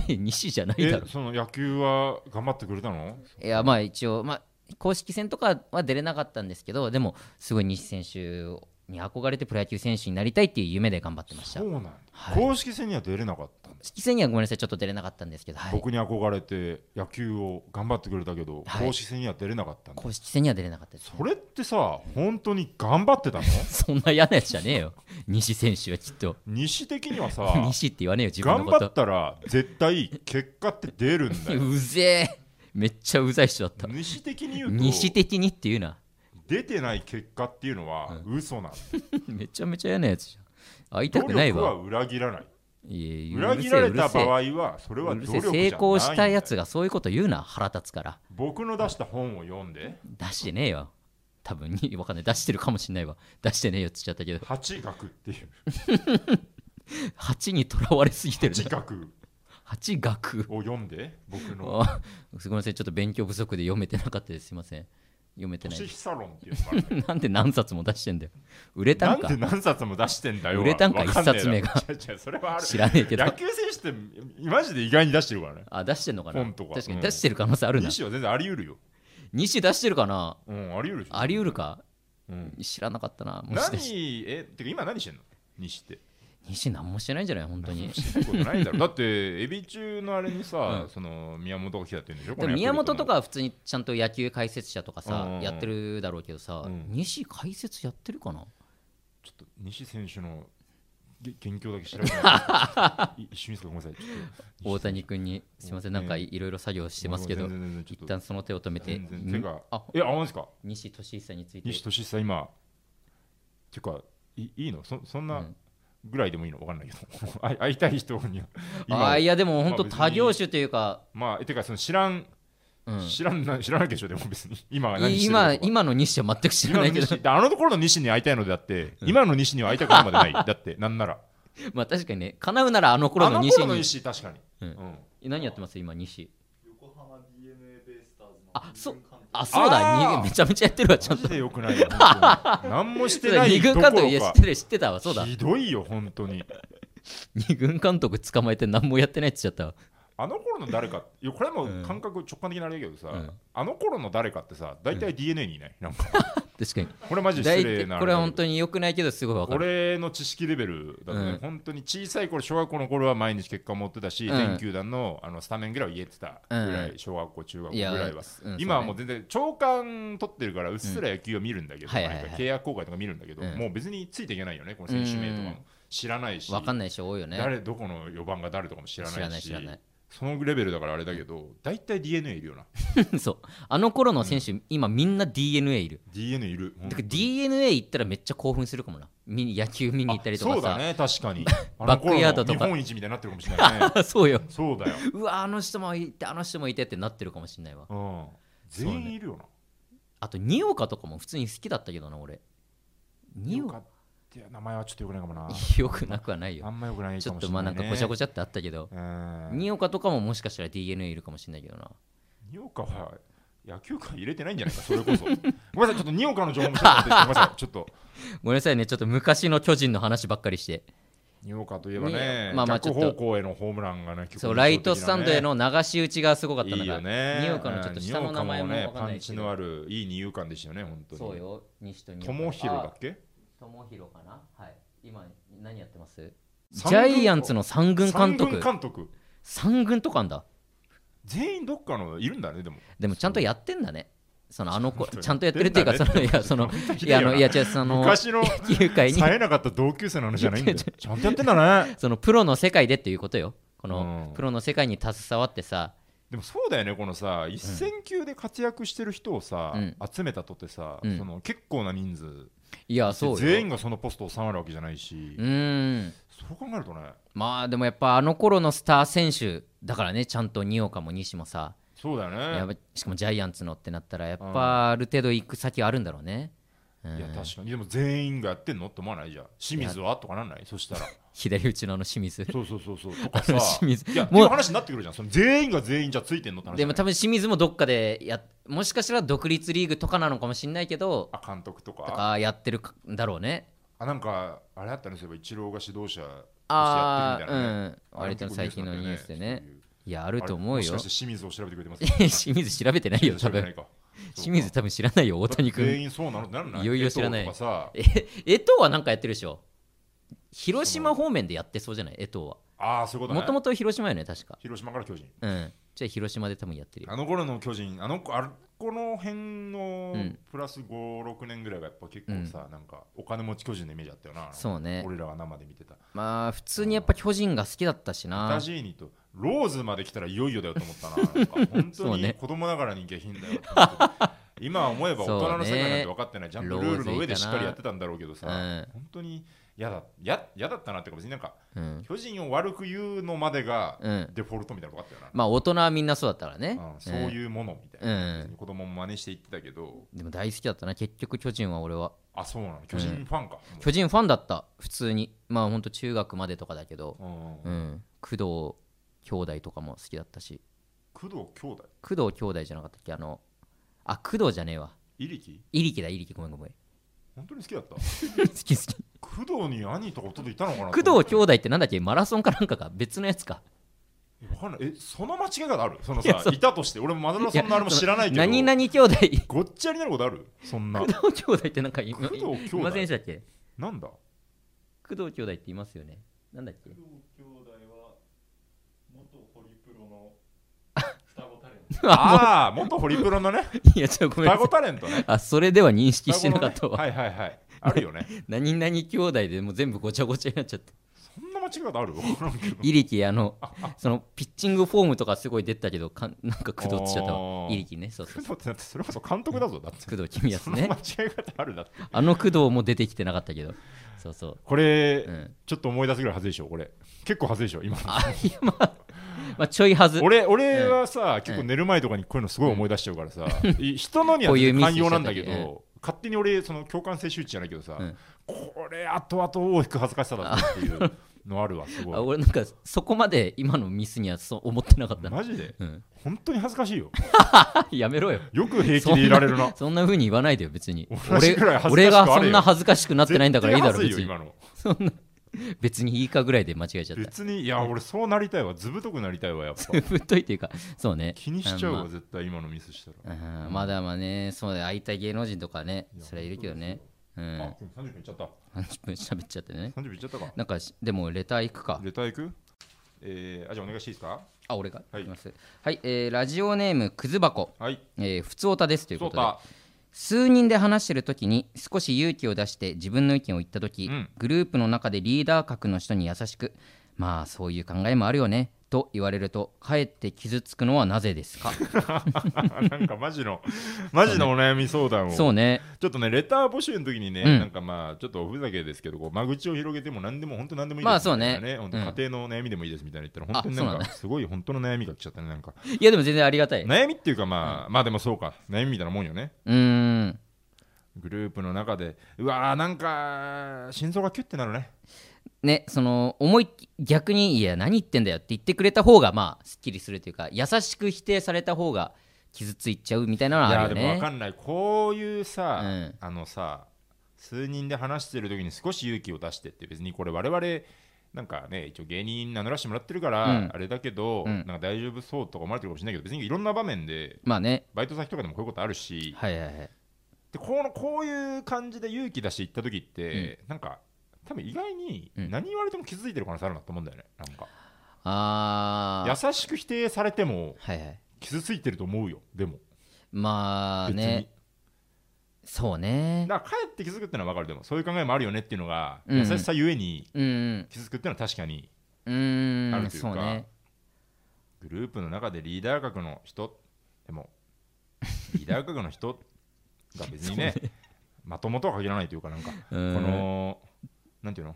[SPEAKER 1] 西じゃ ないだ
[SPEAKER 2] え
[SPEAKER 1] ろ
[SPEAKER 2] その野球は頑張ってくれたの
[SPEAKER 1] いやまあ一応、まあ、公式戦とかは出れなかったんですけどでもすごい西選手に憧れてプロ野球選手になりたいっていう夢で頑張ってました
[SPEAKER 2] そうなんだ
[SPEAKER 1] はい
[SPEAKER 2] 公式戦には出れなかったんだ
[SPEAKER 1] 公式戦にはごめんなさいちょっと出れなかったんですけど、はい、
[SPEAKER 2] 僕に憧れて野球を頑張ってくれたけど
[SPEAKER 1] はい
[SPEAKER 2] 公式戦には出れなかったんだ
[SPEAKER 1] 公式戦には出れなかったです
[SPEAKER 2] それってさ本当に頑張って たの
[SPEAKER 1] そんな嫌なやつじゃねえよ西選手はきっと
[SPEAKER 2] 西的にはさ
[SPEAKER 1] 西って言わねえよ自分の
[SPEAKER 2] 頑
[SPEAKER 1] こ
[SPEAKER 2] 張っ
[SPEAKER 1] と
[SPEAKER 2] たら絶対結果って出るんだよ
[SPEAKER 1] うぜえめっちゃ うざい人だった
[SPEAKER 2] 西的に言う
[SPEAKER 1] 西
[SPEAKER 2] と
[SPEAKER 1] 的にっていうな
[SPEAKER 2] 出てない結果っていうのは嘘なの
[SPEAKER 1] めちゃめちゃ嫌なやつじゃん会いた
[SPEAKER 2] 努
[SPEAKER 1] くない
[SPEAKER 2] 力は
[SPEAKER 1] わ
[SPEAKER 2] 裏切らない
[SPEAKER 1] いや
[SPEAKER 2] 裏切られた場合
[SPEAKER 1] う
[SPEAKER 2] はそれは努
[SPEAKER 1] るせえうるせえ
[SPEAKER 2] 力じゃない
[SPEAKER 1] 成功したや
[SPEAKER 2] ん
[SPEAKER 1] つ
[SPEAKER 2] だよ
[SPEAKER 1] がそういうこと言うな腹立つから
[SPEAKER 2] 僕の出した本を読んで
[SPEAKER 1] 出してねえよ多分にわかんない出してるかもしんないわ出してねえよって言っちゃったけど
[SPEAKER 2] 八学っていう
[SPEAKER 1] 蜂にとらわれすぎてるな
[SPEAKER 2] 自学
[SPEAKER 1] 蜂学
[SPEAKER 2] を読んで僕の
[SPEAKER 1] あすみませんちょっと勉強不足で読めてなかったですすいません読めてない
[SPEAKER 2] 年サロンっていうのが あるんだけど
[SPEAKER 1] なんで何冊も出してんだよ売れたん
[SPEAKER 2] な
[SPEAKER 1] か
[SPEAKER 2] んで何冊も出してんだよ
[SPEAKER 1] 売れたんか
[SPEAKER 2] わねえな
[SPEAKER 1] 一冊目が
[SPEAKER 2] 違う違うそれはある
[SPEAKER 1] 知らねえけど
[SPEAKER 2] 野球選手ってマジで意外に出してるからね
[SPEAKER 1] あ出してんのかな
[SPEAKER 2] 本とか
[SPEAKER 1] 確か
[SPEAKER 2] う
[SPEAKER 1] に
[SPEAKER 2] ん
[SPEAKER 1] 出してる可能性あるな
[SPEAKER 2] 西は全然あり得るよ
[SPEAKER 1] 西出してるかな
[SPEAKER 2] うんあり得るでしょ
[SPEAKER 1] あり得るか
[SPEAKER 2] うん
[SPEAKER 1] 知らなかったなもしかして
[SPEAKER 2] 何えてか今何してんの西って
[SPEAKER 1] 西何もしてないんじゃない本当に
[SPEAKER 2] してることな いだろだってエビ中のあれにさ、
[SPEAKER 1] うん
[SPEAKER 2] その宮本が来たって言うんでしょ
[SPEAKER 1] でも宮本とかは普通にちゃんと野球解説者とか
[SPEAKER 2] うんう
[SPEAKER 1] さ
[SPEAKER 2] んうん
[SPEAKER 1] やってるだろうけどさ
[SPEAKER 2] うん
[SPEAKER 1] 西解説やってるかな
[SPEAKER 2] ちょっと西選手の げ元況だけ調べてもらっていい一瞬いいですかごめんなさいちょっと
[SPEAKER 1] 大谷君にすいませんなんかいろいろ作業してますけど
[SPEAKER 2] 全然全然ちょ
[SPEAKER 1] 一
[SPEAKER 2] っと
[SPEAKER 1] 旦その手を止めて
[SPEAKER 2] 全然てか
[SPEAKER 1] あ
[SPEAKER 2] えあマジか
[SPEAKER 1] 西俊久について
[SPEAKER 2] 西俊久今てかいいいのそそん
[SPEAKER 1] う
[SPEAKER 2] なんぐらいでもいいのわかんないけど あい会いたい人には
[SPEAKER 1] あーい
[SPEAKER 2] や
[SPEAKER 1] やでも本当
[SPEAKER 2] まあ別に
[SPEAKER 1] 多業種というか
[SPEAKER 2] まあえてかその知らん
[SPEAKER 1] うん
[SPEAKER 2] 知らんな知らなきゃでしょでも別に今は何してるのか
[SPEAKER 1] 今今の西は全く知ら
[SPEAKER 2] 今
[SPEAKER 1] ない
[SPEAKER 2] の
[SPEAKER 1] けど
[SPEAKER 2] 西あのところの西に会いたいのであって、今の西には会いたくないまでないだってなんなら
[SPEAKER 1] まあ確かにね叶うならあの頃
[SPEAKER 2] あ
[SPEAKER 1] の
[SPEAKER 2] の
[SPEAKER 1] 西
[SPEAKER 2] 頃
[SPEAKER 1] に
[SPEAKER 2] の西確かに、
[SPEAKER 1] うん
[SPEAKER 2] うん
[SPEAKER 1] 何やってます今西
[SPEAKER 3] 横浜 DNA ベイスターズの
[SPEAKER 1] あそう
[SPEAKER 3] 二軍監督
[SPEAKER 1] あそうだ
[SPEAKER 2] あー
[SPEAKER 1] にめちゃめちゃやってるわちゃ
[SPEAKER 2] マ
[SPEAKER 1] んと
[SPEAKER 2] ジでよくないよ本 当に何もしてない
[SPEAKER 1] 二
[SPEAKER 2] ど
[SPEAKER 1] 軍
[SPEAKER 2] こ
[SPEAKER 1] 監
[SPEAKER 2] ろ
[SPEAKER 1] 督いや知
[SPEAKER 2] か
[SPEAKER 1] ってる知ってたわそうだ
[SPEAKER 2] ひどいよ本当に
[SPEAKER 1] 二軍監督捕まえて何もやってないって言っちゃったわ
[SPEAKER 2] あの頃の誰かいやこれも
[SPEAKER 1] うん
[SPEAKER 2] 感覚直感的なあれだけどさ、
[SPEAKER 1] うん
[SPEAKER 2] あの頃の誰かってさ大体 DNA にいないなんか
[SPEAKER 1] 確かに
[SPEAKER 2] これマジで
[SPEAKER 1] 大
[SPEAKER 2] 失礼
[SPEAKER 1] 体
[SPEAKER 2] な
[SPEAKER 1] これは本
[SPEAKER 2] に
[SPEAKER 1] 当に良くないけどすごいわかる
[SPEAKER 2] 俺の知識レベルだとね、
[SPEAKER 1] うん
[SPEAKER 2] 本当に小さい頃小学校の頃は毎日結果持ってたし、
[SPEAKER 1] うん
[SPEAKER 2] 全球団のあのスタメンぐらいは言えてたぐらい、
[SPEAKER 1] う
[SPEAKER 2] 小学校中学校
[SPEAKER 1] い
[SPEAKER 2] ぐ
[SPEAKER 1] や
[SPEAKER 2] らいは
[SPEAKER 1] うん
[SPEAKER 2] 今は
[SPEAKER 1] そ
[SPEAKER 2] も
[SPEAKER 1] う
[SPEAKER 2] う
[SPEAKER 1] ね
[SPEAKER 2] 全然長官取ってるからうっすら野球を見るんだけど、
[SPEAKER 1] はいはいはい
[SPEAKER 2] 毎回契約更改とか見るんだけど、
[SPEAKER 1] うん
[SPEAKER 2] もう別についていけないよねこの選手名とか
[SPEAKER 1] うん
[SPEAKER 2] も知らないし、
[SPEAKER 1] わかんない人多いよね
[SPEAKER 2] 誰どこの4番が誰とかも知ら
[SPEAKER 1] 知ら
[SPEAKER 2] な
[SPEAKER 1] ないい
[SPEAKER 2] し
[SPEAKER 1] 知らない
[SPEAKER 2] そのレベルだからあれだけど大体 DNA いるよな
[SPEAKER 1] そうあの頃の選手今みんな DNA いる
[SPEAKER 2] DNA いる、うん
[SPEAKER 1] だから DNA 行ったらめっちゃ興奮するかもな見に野球見に行ったりとか
[SPEAKER 2] そうだ
[SPEAKER 1] さ
[SPEAKER 2] ね確 かに
[SPEAKER 1] バックヤードとか
[SPEAKER 2] あの頃の日本一みたいになってるかもしれな いね
[SPEAKER 1] そうよ
[SPEAKER 2] そうだよ、
[SPEAKER 1] うわあの人もいてあの人もいてってなってるかもしれないわ
[SPEAKER 2] うん、
[SPEAKER 1] そうね
[SPEAKER 2] 全員いるよな
[SPEAKER 1] あと二岡とかも普通に好きだったけどな俺二
[SPEAKER 2] よ
[SPEAKER 1] 岡
[SPEAKER 2] かって名前はちょっとよくないかもな
[SPEAKER 1] よくなくはない
[SPEAKER 2] あ
[SPEAKER 1] よ
[SPEAKER 2] んまよくない
[SPEAKER 1] ち
[SPEAKER 2] か
[SPEAKER 1] ょっ
[SPEAKER 2] もし
[SPEAKER 1] と
[SPEAKER 2] れ
[SPEAKER 1] ま
[SPEAKER 2] な
[SPEAKER 1] あ
[SPEAKER 2] い、ね、
[SPEAKER 1] なんかごちゃご
[SPEAKER 2] ち
[SPEAKER 1] ちゃってあったけど
[SPEAKER 2] ゃ
[SPEAKER 1] 二岡とかももしかしたら DNA いるかもしれないけどな
[SPEAKER 2] 二岡は野球界入れてないんじゃないかそれこそごめんなさいちょっと二岡の情報もちょ っと待ってごめんなさいちょっと
[SPEAKER 1] ごめんなさいねちょっと昔の巨人の話ばっかりして
[SPEAKER 2] 二岡といえばね
[SPEAKER 1] ね、まあまあ
[SPEAKER 2] 逆
[SPEAKER 1] ちょっ
[SPEAKER 2] 方
[SPEAKER 1] と
[SPEAKER 2] 向へのホームランがね結構
[SPEAKER 1] そう
[SPEAKER 2] 印象的なね
[SPEAKER 1] ライトスタンドへの流し打ちがすごかった
[SPEAKER 2] い
[SPEAKER 1] の
[SPEAKER 2] いよ
[SPEAKER 1] が
[SPEAKER 2] ね
[SPEAKER 1] 二岡のちょっと下の名前も
[SPEAKER 2] うん二
[SPEAKER 1] わ
[SPEAKER 2] 岡
[SPEAKER 1] かんな
[SPEAKER 2] ね
[SPEAKER 1] い
[SPEAKER 2] パン
[SPEAKER 1] です
[SPEAKER 2] チ
[SPEAKER 1] け
[SPEAKER 2] の
[SPEAKER 1] ど
[SPEAKER 2] あるいい二遊間でしたよね本当に
[SPEAKER 1] そうよ西と二岡
[SPEAKER 2] 友広だ
[SPEAKER 1] あ
[SPEAKER 2] っけ
[SPEAKER 1] 友広かなはい今何やってますジ
[SPEAKER 2] 三
[SPEAKER 1] ャ
[SPEAKER 2] 軍
[SPEAKER 1] イアンツの三軍監
[SPEAKER 2] 三軍
[SPEAKER 1] 督
[SPEAKER 2] 監督
[SPEAKER 1] 三軍とかあんだ
[SPEAKER 2] 全員どっかのいるんだねでも
[SPEAKER 1] でもちゃんとやってんだね。そのあの子
[SPEAKER 2] ちゃんと
[SPEAKER 1] ちゃんとやってるっていうか、
[SPEAKER 2] や
[SPEAKER 1] そ
[SPEAKER 2] って
[SPEAKER 1] のいや、その、いや、あ の、いや、違う、その、
[SPEAKER 2] 昔の
[SPEAKER 1] 野球界に、
[SPEAKER 2] 冴えなかった同級生の話じゃないんだよちゃんとやってんだね
[SPEAKER 1] そのプロの世界でっていうことよ。この、
[SPEAKER 2] うん
[SPEAKER 1] プロの世界に携わってさ、
[SPEAKER 2] でもそうだよねこのさ一戦級で活躍してる人をさ、
[SPEAKER 1] うん
[SPEAKER 2] 集めたとってさ、
[SPEAKER 1] うん
[SPEAKER 2] その結構な人数
[SPEAKER 1] いや、そうよ。
[SPEAKER 2] 全員がそのポストを収まるわけじゃないし、
[SPEAKER 1] うーん。
[SPEAKER 2] そう考えるとね
[SPEAKER 1] まあ、でもやっぱあの頃のスター選手だからね、ちゃんと二岡も西もさ、
[SPEAKER 2] そうだよね
[SPEAKER 1] やばいしかもジャイアンツのってなったら、やっぱある程度行く先あるんだろうね。うん
[SPEAKER 2] いや確かにでも全員がやってんのって思わないじゃん清水はとかなんない そしたら
[SPEAKER 1] 左打ちのあの清水。
[SPEAKER 2] そうそうそうそうとか
[SPEAKER 1] あの
[SPEAKER 2] さ
[SPEAKER 1] 清水
[SPEAKER 2] いや
[SPEAKER 1] もう
[SPEAKER 2] もう話になってくるじゃんその全員が全員じゃついてんのって話
[SPEAKER 1] でも
[SPEAKER 2] じゃ
[SPEAKER 1] 多
[SPEAKER 2] ない
[SPEAKER 1] 分清水もどっかでや、もしかしたら独立リーグとかなのかもしれないけど、
[SPEAKER 2] あ監督とか
[SPEAKER 1] とかやってるかんだろうね。
[SPEAKER 2] あなんかあれあったねそういえばイチローが指導者としてやっ
[SPEAKER 1] あ
[SPEAKER 2] てる
[SPEAKER 1] あ
[SPEAKER 2] みたいなね、
[SPEAKER 1] ー、うん。割と最近のニュースでね。いや、ある
[SPEAKER 2] あ
[SPEAKER 1] と思う
[SPEAKER 2] れ
[SPEAKER 1] よ
[SPEAKER 2] もしか。して清水を調べてくれて ます
[SPEAKER 1] 清水調べて ないよ、多
[SPEAKER 2] 調べてな
[SPEAKER 1] 分。
[SPEAKER 2] いか
[SPEAKER 1] 清水多分知らないよ、大谷
[SPEAKER 2] 全
[SPEAKER 1] 君。
[SPEAKER 2] 員そうなのってなるない
[SPEAKER 1] よいよ知らない
[SPEAKER 2] 江藤とかさ
[SPEAKER 1] え、江藤はなんかやってるでしょ。広島方面でやってそうじゃない江藤は。
[SPEAKER 2] ああそういうこと
[SPEAKER 1] も
[SPEAKER 2] ね
[SPEAKER 1] ともと広島よね、確か。
[SPEAKER 2] 広島から巨人
[SPEAKER 1] うん。じゃあ広島で多分やってるよ。
[SPEAKER 2] あの頃の巨人あのあのこの辺の
[SPEAKER 1] うん
[SPEAKER 2] プラス56年ぐらいがやっぱ結構さ、なんかお金持ち巨人のイメージあったよな
[SPEAKER 1] そうね
[SPEAKER 2] 俺らは生で見てた
[SPEAKER 1] まあ、普通にやっぱ巨人が好きだったし
[SPEAKER 2] タ
[SPEAKER 1] な。
[SPEAKER 2] ジーニとローズまで来たらいよいよだよと 思ったななんか本
[SPEAKER 1] そ
[SPEAKER 2] 当
[SPEAKER 1] うね
[SPEAKER 2] に子供ながらに下品 だよって思って今思えば大人の世界なんて分かってないちゃんとルールの上でしっかりやってたんだろうけどさ、
[SPEAKER 1] ローズいたなうん
[SPEAKER 2] 本当に嫌だや嫌だったなってか別になんか
[SPEAKER 1] うん。
[SPEAKER 2] 巨人を悪く言うのまでが
[SPEAKER 1] うん
[SPEAKER 2] デフォルトみたいなのがあったよな、
[SPEAKER 1] まあ、大人はみんなそうだったからね
[SPEAKER 2] うん。そういうものみたい
[SPEAKER 1] うん
[SPEAKER 2] な、別に子供も真似していってたけど
[SPEAKER 1] うん。でも大好きだったな、結局巨人は俺は。
[SPEAKER 2] あそうなの巨人ファンか、
[SPEAKER 1] 巨人ファンだった、普通に。まあ、ほんと中学までとかだけど。
[SPEAKER 2] もう
[SPEAKER 1] う
[SPEAKER 2] うん
[SPEAKER 1] ん、工藤兄弟とかも好きだったし
[SPEAKER 2] 工藤兄弟
[SPEAKER 1] 工藤兄弟じゃなかったっけあのあ工藤じゃねえわ
[SPEAKER 2] イリキ
[SPEAKER 1] いりきだいりきごめんごめん
[SPEAKER 2] 本当に好きだった
[SPEAKER 1] 好き好き
[SPEAKER 2] 工藤に兄とか弟いたのかなと
[SPEAKER 1] 工
[SPEAKER 2] 思っ
[SPEAKER 1] 藤兄弟ってなんだっけマラソンかなんかか別のやつか
[SPEAKER 2] てわかんないえその間違い方あるその
[SPEAKER 1] いや
[SPEAKER 2] さ
[SPEAKER 1] そう
[SPEAKER 2] いたとして俺もまだそんなあれも知らないけど
[SPEAKER 1] 何々兄弟
[SPEAKER 2] ごっちゃになることあるそんな
[SPEAKER 1] 工藤兄弟ってなんかい
[SPEAKER 2] 工藤兄弟
[SPEAKER 1] いませんでしたっけ
[SPEAKER 2] なんだ
[SPEAKER 1] 工藤兄弟っていますよねなんだっけ
[SPEAKER 3] 工藤兄弟は元ホリプロの双子タレン ト
[SPEAKER 2] ああ元ホリプロのね
[SPEAKER 1] いやちょっとごめんなさ
[SPEAKER 2] 双子
[SPEAKER 1] い
[SPEAKER 2] タレントね
[SPEAKER 1] あそれでは認識してなかった
[SPEAKER 2] 双子のね
[SPEAKER 1] わ、
[SPEAKER 2] はいはいはいあるよね
[SPEAKER 1] 何々兄弟でもう全部ごちゃごちゃになっちゃって
[SPEAKER 2] そんな間違い方あるわからんけど
[SPEAKER 1] イリキあのそのピッチングフォームとかすごい出てたけどかん なんか工藤っつっちゃった
[SPEAKER 2] あ
[SPEAKER 1] わ
[SPEAKER 2] ー
[SPEAKER 1] イリキねそうそ
[SPEAKER 2] 工
[SPEAKER 1] う
[SPEAKER 2] 藤ってだってそれこそ監督だぞだって
[SPEAKER 1] 工藤君康
[SPEAKER 2] その間違
[SPEAKER 1] ね
[SPEAKER 2] い方あるだって
[SPEAKER 1] あの工藤も出てきてなかったけどそうそう
[SPEAKER 2] これ、
[SPEAKER 1] うん
[SPEAKER 2] ちょっと思い出すぐらいはずいでしょこれ結構はずいでしょ今
[SPEAKER 1] あいやまあまあちょいはず
[SPEAKER 2] 俺俺はさ、結構寝る前とかにこういうのすごい思い出しちゃうからさ、い人のには
[SPEAKER 1] こういう
[SPEAKER 2] 全然
[SPEAKER 1] ミス
[SPEAKER 2] 寛容なんだけ
[SPEAKER 1] し
[SPEAKER 2] ど、
[SPEAKER 1] ちゃったり
[SPEAKER 2] 勝手に俺その共感性周知じゃないけどさ、
[SPEAKER 1] うん
[SPEAKER 2] これ後々大きく恥ずかしさだなっていうのあるわす
[SPEAKER 1] あ
[SPEAKER 2] ごい
[SPEAKER 1] 俺なんかそこまで今のミスにはそう思ってなかったな、
[SPEAKER 2] マジで
[SPEAKER 1] うん、
[SPEAKER 2] 本当に恥ずかしいよ
[SPEAKER 1] やめろよ
[SPEAKER 2] よく平気でいられるな
[SPEAKER 1] そんなふ うに言わないでよ別に
[SPEAKER 2] 同じ
[SPEAKER 1] 俺
[SPEAKER 2] くらい恥ずかしくあれ
[SPEAKER 1] 俺
[SPEAKER 2] よ
[SPEAKER 1] がそんな恥ずかしくなってないんだからいいだろ別
[SPEAKER 2] 絶対
[SPEAKER 1] に
[SPEAKER 2] 恥ずいよ今の
[SPEAKER 1] 別にいいかぐらいで間違えちゃった
[SPEAKER 2] 別にいや俺そうなりたいわずぶとくなりたいわやっ ぱ
[SPEAKER 1] ぶっといっていうかそうね
[SPEAKER 2] 気にしちゃう
[SPEAKER 1] あ
[SPEAKER 2] わ
[SPEAKER 1] の
[SPEAKER 2] 絶対今のミスしたら、
[SPEAKER 1] まあうんまだまあねそうだよ会いたい芸能人とかね
[SPEAKER 2] いや
[SPEAKER 1] それはいるけどねうん
[SPEAKER 2] あ30分いっちゃった
[SPEAKER 1] 30分喋っちゃってね
[SPEAKER 2] 30分いっちゃったか
[SPEAKER 1] なんかしでもレター行くか
[SPEAKER 2] レター行くえー、あじゃあお願いしていいですか
[SPEAKER 1] あ俺が
[SPEAKER 2] はい
[SPEAKER 1] 行きますはい、えーラジオネームくず箱
[SPEAKER 2] はい
[SPEAKER 1] えー、ふつおたですという
[SPEAKER 2] そ
[SPEAKER 1] こ
[SPEAKER 2] う
[SPEAKER 1] とで
[SPEAKER 2] た
[SPEAKER 1] 数人で話してる時に少し勇気を出して自分の意見を言った時、
[SPEAKER 2] うん
[SPEAKER 1] グループの中でリーダー格の人に優しく「まあそういう考えもあるよね」と言われるとかえって傷つくのはなぜです か
[SPEAKER 2] なんかマジの、マジのお悩み相談を。
[SPEAKER 1] そうね
[SPEAKER 2] ちょっとね、レター募集の時にね、
[SPEAKER 1] うん
[SPEAKER 2] なんかまあ、ちょっとおふざけですけど、こう間口を広げても何でも本当何でもいいです
[SPEAKER 1] まあそうね
[SPEAKER 2] みたいな本当
[SPEAKER 1] うん
[SPEAKER 2] 家庭の悩みでもいいですみたいな言ったら、本当に
[SPEAKER 1] あそう
[SPEAKER 2] な
[SPEAKER 1] なんん
[SPEAKER 2] か、すごい本当の悩みが来ちゃったね、なんか。
[SPEAKER 1] いやでも全然ありがたいう
[SPEAKER 2] 悩みっていうかまあ、まあでもそうか、悩みみたいなもんよね。
[SPEAKER 1] ーん
[SPEAKER 2] グループの中で、うわー、なんか、心臓がキュッてなるね。
[SPEAKER 1] ねその思いっき逆に「いや何言ってんだよ」って言ってくれた方がまあすっきりするというか優しく否定された方が傷ついちゃうみたいなの
[SPEAKER 2] い
[SPEAKER 1] はあ
[SPEAKER 2] や、
[SPEAKER 1] るよ
[SPEAKER 2] でもわか
[SPEAKER 1] ね
[SPEAKER 2] んない。こういうさ、
[SPEAKER 1] うん
[SPEAKER 2] あのさ、数人で話してる時に少し勇気を出してって、別にこれ我々、なんかね、一応芸人名乗らせてもらってるから、
[SPEAKER 1] うん
[SPEAKER 2] あれだけど、
[SPEAKER 1] うん
[SPEAKER 2] なんか大丈夫そうとか思われてるかもしれないけど、別にいろんな場面で、
[SPEAKER 1] まあね
[SPEAKER 2] バイト先とかでもこういうことあるし、
[SPEAKER 1] はいはいはい
[SPEAKER 2] でこのこういう感じで勇気出して行った時って、なんか、多分意外に
[SPEAKER 1] うん
[SPEAKER 2] 何言われても気づいてる可能性あるなと思うんだよね。なんか
[SPEAKER 1] あー
[SPEAKER 2] 優しく否定されても
[SPEAKER 1] はいはい
[SPEAKER 2] 傷ついてると思うよ、でも。
[SPEAKER 1] まあ
[SPEAKER 2] 別に
[SPEAKER 1] ねそうね
[SPEAKER 2] だから帰って気づくってのは分かるでもそういう考えもあるよねっていうのが、
[SPEAKER 1] うん
[SPEAKER 2] 優しさゆえに
[SPEAKER 1] うん
[SPEAKER 2] 気づくっていうのは確かに
[SPEAKER 1] うんうーん
[SPEAKER 2] あるというか
[SPEAKER 1] そうね
[SPEAKER 2] グループの中でリーダー格の人 でもリーダー格の人が別にねまともとは限らないというかなんか
[SPEAKER 1] こ
[SPEAKER 2] このなんていうの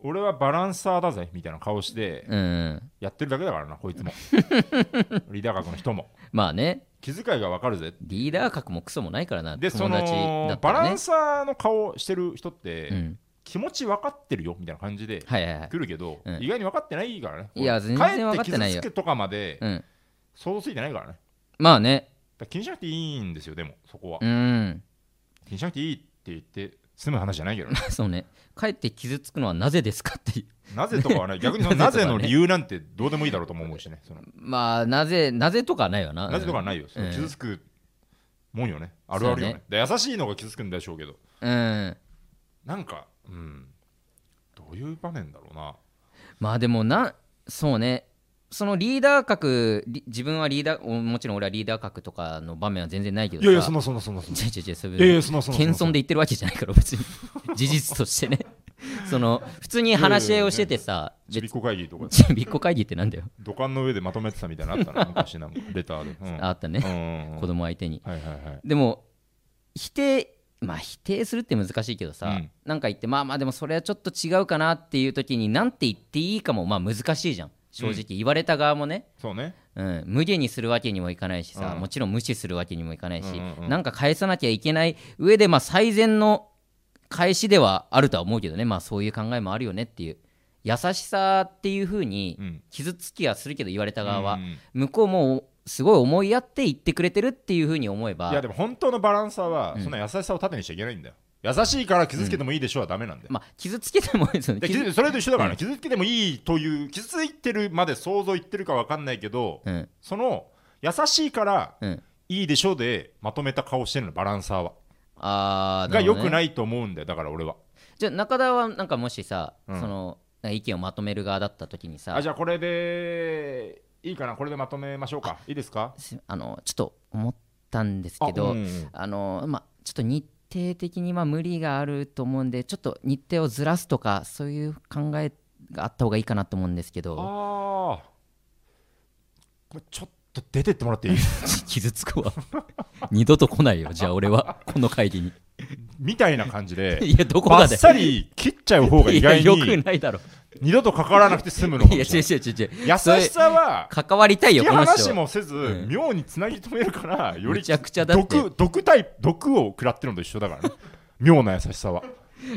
[SPEAKER 2] 俺はバランサーだぜみたいな顔して
[SPEAKER 1] うん
[SPEAKER 2] やってるだけだからなこいつも リーダー格の人も
[SPEAKER 1] まあね
[SPEAKER 2] 気遣いが分かるぜ
[SPEAKER 1] リーダー格もクソもないからな
[SPEAKER 2] でそ
[SPEAKER 1] 友達だ
[SPEAKER 2] の
[SPEAKER 1] っ
[SPEAKER 2] バ
[SPEAKER 1] たら
[SPEAKER 2] ラ
[SPEAKER 1] ね
[SPEAKER 2] ンサーの顔してる人って、
[SPEAKER 1] うん
[SPEAKER 2] 気持ち分かってるよみたいな感じで
[SPEAKER 1] はいはいはい
[SPEAKER 2] 来るけど、
[SPEAKER 1] うん
[SPEAKER 2] 意外に分かってないからね。
[SPEAKER 1] いや
[SPEAKER 2] こ
[SPEAKER 1] 全
[SPEAKER 2] れ
[SPEAKER 1] 然分かってないよ
[SPEAKER 2] 帰て傷つくとかまで
[SPEAKER 1] うん
[SPEAKER 2] 想像ついてないからね。だか
[SPEAKER 1] まあね
[SPEAKER 2] ら気にしなくていいんですよ、でもそこは
[SPEAKER 1] う。ん
[SPEAKER 2] 気にしなくていいって言って済む話じゃないけどね。
[SPEAKER 1] そうね帰って傷つくのはなぜですかっていう
[SPEAKER 2] なぜとかはない。逆にそのな
[SPEAKER 1] なぜと
[SPEAKER 2] ぜ
[SPEAKER 1] かね
[SPEAKER 2] の理由なんてどうでもいいだろうとも思うしね。その
[SPEAKER 1] まあなぜなぜとかはないよな
[SPEAKER 2] なぜとかは
[SPEAKER 1] うん
[SPEAKER 2] ないよ。その
[SPEAKER 1] うん
[SPEAKER 2] 傷つくもんよね。あるあるよ
[SPEAKER 1] そう
[SPEAKER 2] ね。で優しいのが傷つくんでしょうけど、
[SPEAKER 1] うん
[SPEAKER 2] なんか、うん、どういう場面だろうな。
[SPEAKER 1] まあでもなそうねそのリーダー格リ自分はリーダーおもちろん俺はリーダー格とかの場面は全然ないけど
[SPEAKER 2] い
[SPEAKER 1] さ
[SPEAKER 2] やいや、そのそのそのその。
[SPEAKER 1] 違う違う違うそういう
[SPEAKER 2] いやいや、そのその。その
[SPEAKER 1] 謙遜で言ってるわけじゃないから別に事実と してねその普通に話し合いをしててさ
[SPEAKER 2] ちびっこ会議とか、
[SPEAKER 1] ちびっこ会議ってなんだよ、
[SPEAKER 2] 土管の上でまとめてたみたいなのあったな、昔なんか、レターで。うん
[SPEAKER 1] あったね、
[SPEAKER 2] うん
[SPEAKER 1] 子供相手に
[SPEAKER 2] はいはいはい。
[SPEAKER 1] でも否定まあ否定するって難しいけどさ、
[SPEAKER 2] うん
[SPEAKER 1] なんか言ってまあまあでもそれはちょっと違うかなっていう時になんて言っていいかもまあ難しいじゃん正直言われた側もね、
[SPEAKER 2] そうね。
[SPEAKER 1] うん、無下にするわけにもいかないしさ、
[SPEAKER 2] うん
[SPEAKER 1] もちろん無視するわけにもいかないし、
[SPEAKER 2] うんうんうん
[SPEAKER 1] なんか返さなきゃいけない上で、まあ、最善の返しではあるとは思うけどね、まあ、そういう考えもあるよねっていう優しさっていうふう
[SPEAKER 2] う
[SPEAKER 1] に
[SPEAKER 2] ん。
[SPEAKER 1] 傷つきはするけど言われた側は、
[SPEAKER 2] うん
[SPEAKER 1] 向こうもすごい思いやって言ってくれてるっていうふうに思えば
[SPEAKER 2] いやでも本当のバランサーは
[SPEAKER 1] うん
[SPEAKER 2] その優しさを盾にしちゃいけないんだよ、優しいから傷つけてもいいでしょうはダメなんだよ、
[SPEAKER 1] まあ傷つけてもいいですよね
[SPEAKER 2] で
[SPEAKER 1] 傷
[SPEAKER 2] 傷それと一緒だから
[SPEAKER 1] う
[SPEAKER 2] ね傷つけてもいいという傷ついてるまで想像言ってるか分かんないけど
[SPEAKER 1] うん
[SPEAKER 2] その優しいから
[SPEAKER 1] うん
[SPEAKER 2] いいでしょうでまとめた顔してるのバランサーは
[SPEAKER 1] あー
[SPEAKER 2] が良く
[SPEAKER 1] い
[SPEAKER 2] ないと思うんだよだから俺は
[SPEAKER 1] じゃあ中田はなんかもしさ、
[SPEAKER 2] うん
[SPEAKER 1] そのなんか意見をまとめる側だった時にさ
[SPEAKER 2] あじゃあこれでいいかなこれでまとめましょうかいいですか
[SPEAKER 1] すあのちょっと思ったんですけどあ、
[SPEAKER 2] あうんうん
[SPEAKER 1] のまあちょっと日程的にまあ無理があると思うんでちょっと日程をずらすとかそういう考えがあった方がいいかなと思うんですけど
[SPEAKER 2] あーこれちょっと出てってもらっていい
[SPEAKER 1] 傷つくわ 二度と来ないよじゃあ俺はこの会議に
[SPEAKER 2] みたいな感じで
[SPEAKER 1] いやどこ
[SPEAKER 2] バ
[SPEAKER 1] が
[SPEAKER 2] ッ
[SPEAKER 1] だよ
[SPEAKER 2] サリ切っちゃう方が意外
[SPEAKER 1] いやよく
[SPEAKER 2] に
[SPEAKER 1] ないだろ
[SPEAKER 2] 二度と関わらなくて済むのか
[SPEAKER 1] い
[SPEAKER 2] も
[SPEAKER 1] や
[SPEAKER 2] しれ
[SPEAKER 1] 違う
[SPEAKER 2] ない
[SPEAKER 1] 違う違う違う
[SPEAKER 2] 優
[SPEAKER 1] それ
[SPEAKER 2] しさは
[SPEAKER 1] 関わりたいよ
[SPEAKER 2] 引き
[SPEAKER 1] この
[SPEAKER 2] 話
[SPEAKER 1] 人
[SPEAKER 2] もせず、
[SPEAKER 1] うん
[SPEAKER 2] 妙につなぎ止めるからより
[SPEAKER 1] むちゃくちゃだって
[SPEAKER 2] 毒毒タイプ毒を食らってるのと一緒だからね 妙な優しさは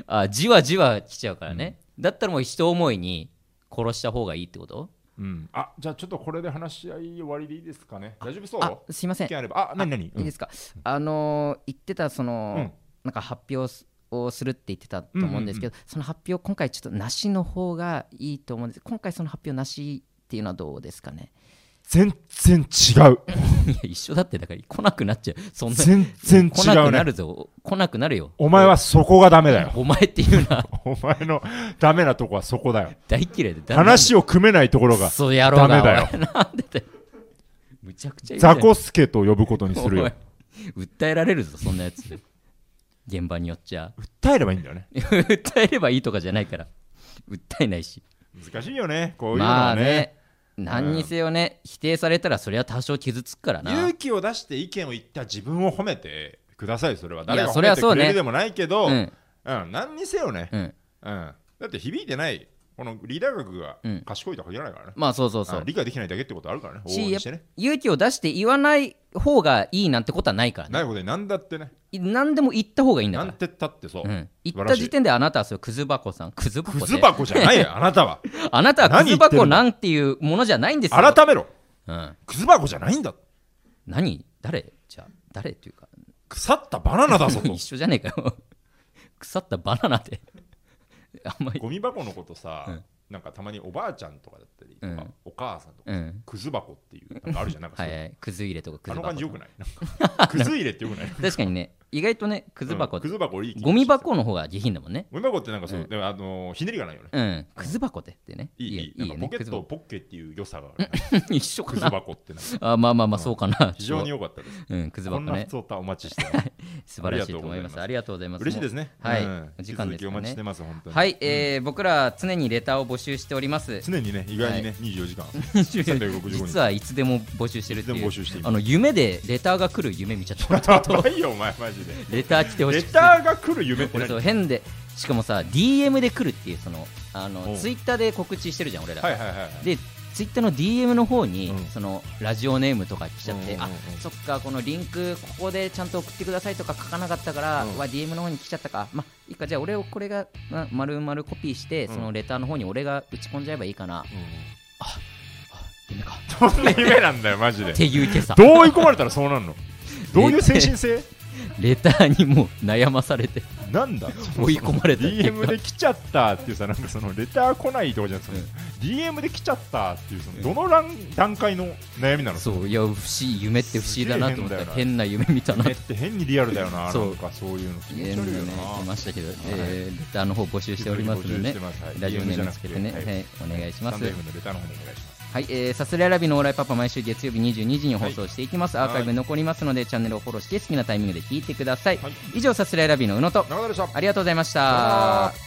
[SPEAKER 1] あじわじわ来ちゃうからね、だったらもう一思いに殺した方がいいってこと
[SPEAKER 2] うんあじゃあちょっとこれで話し合い終わりでいいですかね大丈夫そう
[SPEAKER 1] あすいません
[SPEAKER 2] 意見あればあ何何
[SPEAKER 1] いいですか、あのー言ってたその、
[SPEAKER 2] うん
[SPEAKER 1] なんか発表すをするって言ってたと思うんですけど、その発表今回ちょっとなしの方がいいと思うんです今回その発表なしっていうのはどうですかね
[SPEAKER 2] 全然違う
[SPEAKER 1] いや一緒だってだから来なくなっちゃうそんな
[SPEAKER 2] 全然
[SPEAKER 1] 来
[SPEAKER 2] 違
[SPEAKER 1] な
[SPEAKER 2] う
[SPEAKER 1] くな
[SPEAKER 2] ね
[SPEAKER 1] るぞ来なくなるよ
[SPEAKER 2] お前はそこがダメだよ
[SPEAKER 1] お前っていうのは
[SPEAKER 2] お前のダメなとこはそこだよ
[SPEAKER 1] 大嫌いで
[SPEAKER 2] 話を組めないところ
[SPEAKER 1] が
[SPEAKER 2] が
[SPEAKER 1] クソ野郎が
[SPEAKER 2] ダメだよ
[SPEAKER 1] お前なんでだよむちゃくちゃ言うじゃん
[SPEAKER 2] ザコスケと呼ぶことにする
[SPEAKER 1] お
[SPEAKER 2] よ
[SPEAKER 1] い訴えられるぞそんなやつ現場によっちゃ
[SPEAKER 2] 訴えればいいんだよね
[SPEAKER 1] 訴えればいいとかじゃないから訴えないし
[SPEAKER 2] 難しいよねこういうの
[SPEAKER 1] ま
[SPEAKER 2] は
[SPEAKER 1] あ
[SPEAKER 2] ね,、
[SPEAKER 1] ね何にせよね、否定されたらそりゃ多少傷つくからな
[SPEAKER 2] 勇気を出して意見を言った自分を褒めてくださいそれはい
[SPEAKER 1] や
[SPEAKER 2] 誰が
[SPEAKER 1] そ
[SPEAKER 2] 褒
[SPEAKER 1] れは
[SPEAKER 2] めて
[SPEAKER 1] そう
[SPEAKER 2] く
[SPEAKER 1] ね
[SPEAKER 2] れるでもないけど、
[SPEAKER 1] う
[SPEAKER 2] うん
[SPEAKER 1] ん
[SPEAKER 2] 何にせよね、
[SPEAKER 1] うん
[SPEAKER 2] うん、だって響いてないこのリーダー学が
[SPEAKER 1] うん
[SPEAKER 2] 賢いとは限らないからね、
[SPEAKER 1] まあそうそうそ
[SPEAKER 2] うん
[SPEAKER 1] う
[SPEAKER 2] 理解できないだけってことあるからね
[SPEAKER 1] し
[SPEAKER 2] 応援してね
[SPEAKER 1] 勇気を出して言わない方がいいなんてことはないから
[SPEAKER 2] な
[SPEAKER 1] ね
[SPEAKER 2] いことに何だってね
[SPEAKER 1] 何でも言った方がいいんだか
[SPEAKER 2] なん
[SPEAKER 1] ら
[SPEAKER 2] てったってそう、
[SPEAKER 1] うん、
[SPEAKER 2] 素晴
[SPEAKER 1] 言っ
[SPEAKER 2] ら
[SPEAKER 1] た
[SPEAKER 2] しい
[SPEAKER 1] 時点であなたはそれクズ箱さんクズ箱
[SPEAKER 2] ク
[SPEAKER 1] って
[SPEAKER 2] ズ箱じゃないよあな たは
[SPEAKER 1] あなたはクズ
[SPEAKER 2] 何言ってる
[SPEAKER 1] 箱
[SPEAKER 2] の
[SPEAKER 1] なんていうものじゃないんですよ
[SPEAKER 2] 改めろ
[SPEAKER 1] うん、
[SPEAKER 2] クズ箱じゃないんだ
[SPEAKER 1] 何誰じゃあ誰っていうか
[SPEAKER 2] 腐ったバナナだ ぞと
[SPEAKER 1] 一緒じゃねえかよ腐ったバナナで あんまり
[SPEAKER 2] ゴミ箱のことさ、
[SPEAKER 1] うん
[SPEAKER 2] なんかたまにおばあちゃんとかだったりとか、
[SPEAKER 1] うん
[SPEAKER 2] お母さんとか、
[SPEAKER 1] うん
[SPEAKER 2] クズ箱っていうなんかあるじゃんなんかそ
[SPEAKER 1] は
[SPEAKER 2] う
[SPEAKER 1] いはいクズ入れとかク
[SPEAKER 2] あ
[SPEAKER 1] ズ
[SPEAKER 2] の感じよ
[SPEAKER 1] 箱
[SPEAKER 2] くないな んかクズ入れってよくない
[SPEAKER 1] 確かにね意外とねクズ箱
[SPEAKER 2] うんクズ箱いい気が
[SPEAKER 1] ゴミ箱の方が下品だもんね
[SPEAKER 2] ゴミ箱ってなんかそう、
[SPEAKER 1] うん
[SPEAKER 2] でもあのーひねりがないよね
[SPEAKER 1] うんクズ箱でってね
[SPEAKER 2] いいいい
[SPEAKER 1] よ
[SPEAKER 2] なんかポケット
[SPEAKER 1] よ
[SPEAKER 2] ポッケっていう良さがあ る、
[SPEAKER 1] クズ箱一緒
[SPEAKER 2] ク
[SPEAKER 1] か
[SPEAKER 2] ズ
[SPEAKER 1] な
[SPEAKER 2] 箱ってなんか
[SPEAKER 1] あまあまあまあそうかな
[SPEAKER 2] 非常に良かったで す、
[SPEAKER 1] うんクズ
[SPEAKER 2] こ
[SPEAKER 1] 箱
[SPEAKER 2] んな
[SPEAKER 1] ね
[SPEAKER 2] 普通歌お待 ちしてます
[SPEAKER 1] 素晴らしいと思いますあ
[SPEAKER 2] あ
[SPEAKER 1] りがとうございます
[SPEAKER 2] 嬉しいですね
[SPEAKER 1] はい
[SPEAKER 2] うん
[SPEAKER 1] お時間ですかね
[SPEAKER 2] 引き続きお待ちしてます本当に
[SPEAKER 1] はい、えー僕ら常にレターを募集しております
[SPEAKER 2] 常にね意外にね、24時間 365日
[SPEAKER 1] 実はいつでも募集してるって
[SPEAKER 2] いつ
[SPEAKER 1] い
[SPEAKER 2] で
[SPEAKER 1] う
[SPEAKER 2] も募集しています
[SPEAKER 1] あの夢でレターが来る夢見ちゃった
[SPEAKER 2] やばいよお前マジで
[SPEAKER 1] レター来てほし
[SPEAKER 2] レ
[SPEAKER 1] い
[SPEAKER 2] ターが来る夢って
[SPEAKER 1] 俺
[SPEAKER 2] 何
[SPEAKER 1] そう
[SPEAKER 2] はい
[SPEAKER 1] 変でしかもさ DM で来るっていうそのあ
[SPEAKER 2] お
[SPEAKER 1] の
[SPEAKER 2] う
[SPEAKER 1] ツイッターで告知してるじゃん俺ら、
[SPEAKER 2] はいはいはい
[SPEAKER 1] でツイッターの DM の方に、
[SPEAKER 2] うん
[SPEAKER 1] そのラジオネームとか来ちゃって、
[SPEAKER 2] うんうんうん
[SPEAKER 1] あそっかこのリンクここでちゃんと送ってくださいとか書かなかったから、
[SPEAKER 2] うん
[SPEAKER 1] は DM の方に来ちゃったかまあいいかじゃあ俺をこれがま丸々コピーして、
[SPEAKER 2] うん
[SPEAKER 1] そのレターの方に俺が打ち込んじゃえばいいかな、
[SPEAKER 2] う
[SPEAKER 1] 夢かっ
[SPEAKER 2] んどんな夢なんだよマジで
[SPEAKER 1] ていう今朝
[SPEAKER 2] どう追い込まれたらそうなるのどういう精神性
[SPEAKER 1] レターにもう悩まされて
[SPEAKER 2] なんだ
[SPEAKER 1] 追い込まれた
[SPEAKER 2] DM で来ちゃったっていうさなんかそのレター来ないとかじゃなくて、
[SPEAKER 1] うん
[SPEAKER 2] DM で来ちゃったっていうそのどのラン段階の悩みなの
[SPEAKER 1] そういや不思議夢って不思議だなと思った
[SPEAKER 2] すげえ変だよ
[SPEAKER 1] 変
[SPEAKER 2] な
[SPEAKER 1] な夢見たな
[SPEAKER 2] 夢って変にリアルだよ な
[SPEAKER 1] そう
[SPEAKER 2] なんかそういうの気持
[SPEAKER 1] ゲ
[SPEAKER 2] ち
[SPEAKER 1] ー
[SPEAKER 2] 悪
[SPEAKER 1] ム
[SPEAKER 2] い
[SPEAKER 1] ね
[SPEAKER 2] よな、
[SPEAKER 1] 来ましたけど、えーレターの方募集しておりますので、
[SPEAKER 2] 募集して
[SPEAKER 1] ね、
[SPEAKER 2] ますはい
[SPEAKER 1] ラジオネームつけてね、
[SPEAKER 2] DM じゃなく
[SPEAKER 1] はい、お願いし
[SPEAKER 2] ス
[SPEAKER 1] ま
[SPEAKER 2] タ
[SPEAKER 1] す
[SPEAKER 2] ンド。FM のレターの方もお願いします
[SPEAKER 1] はい、えーサスレ選びのオーライパパ毎週月曜日22時に放送していきます。
[SPEAKER 2] はい
[SPEAKER 1] アーカイブ残りますので、チャンネルをフォローして好きなタイミングで聞いてください。
[SPEAKER 2] はい
[SPEAKER 1] 以上、サスレ選びの宇野と、
[SPEAKER 2] 中田でした
[SPEAKER 1] ありがとうございました。
[SPEAKER 2] さよなら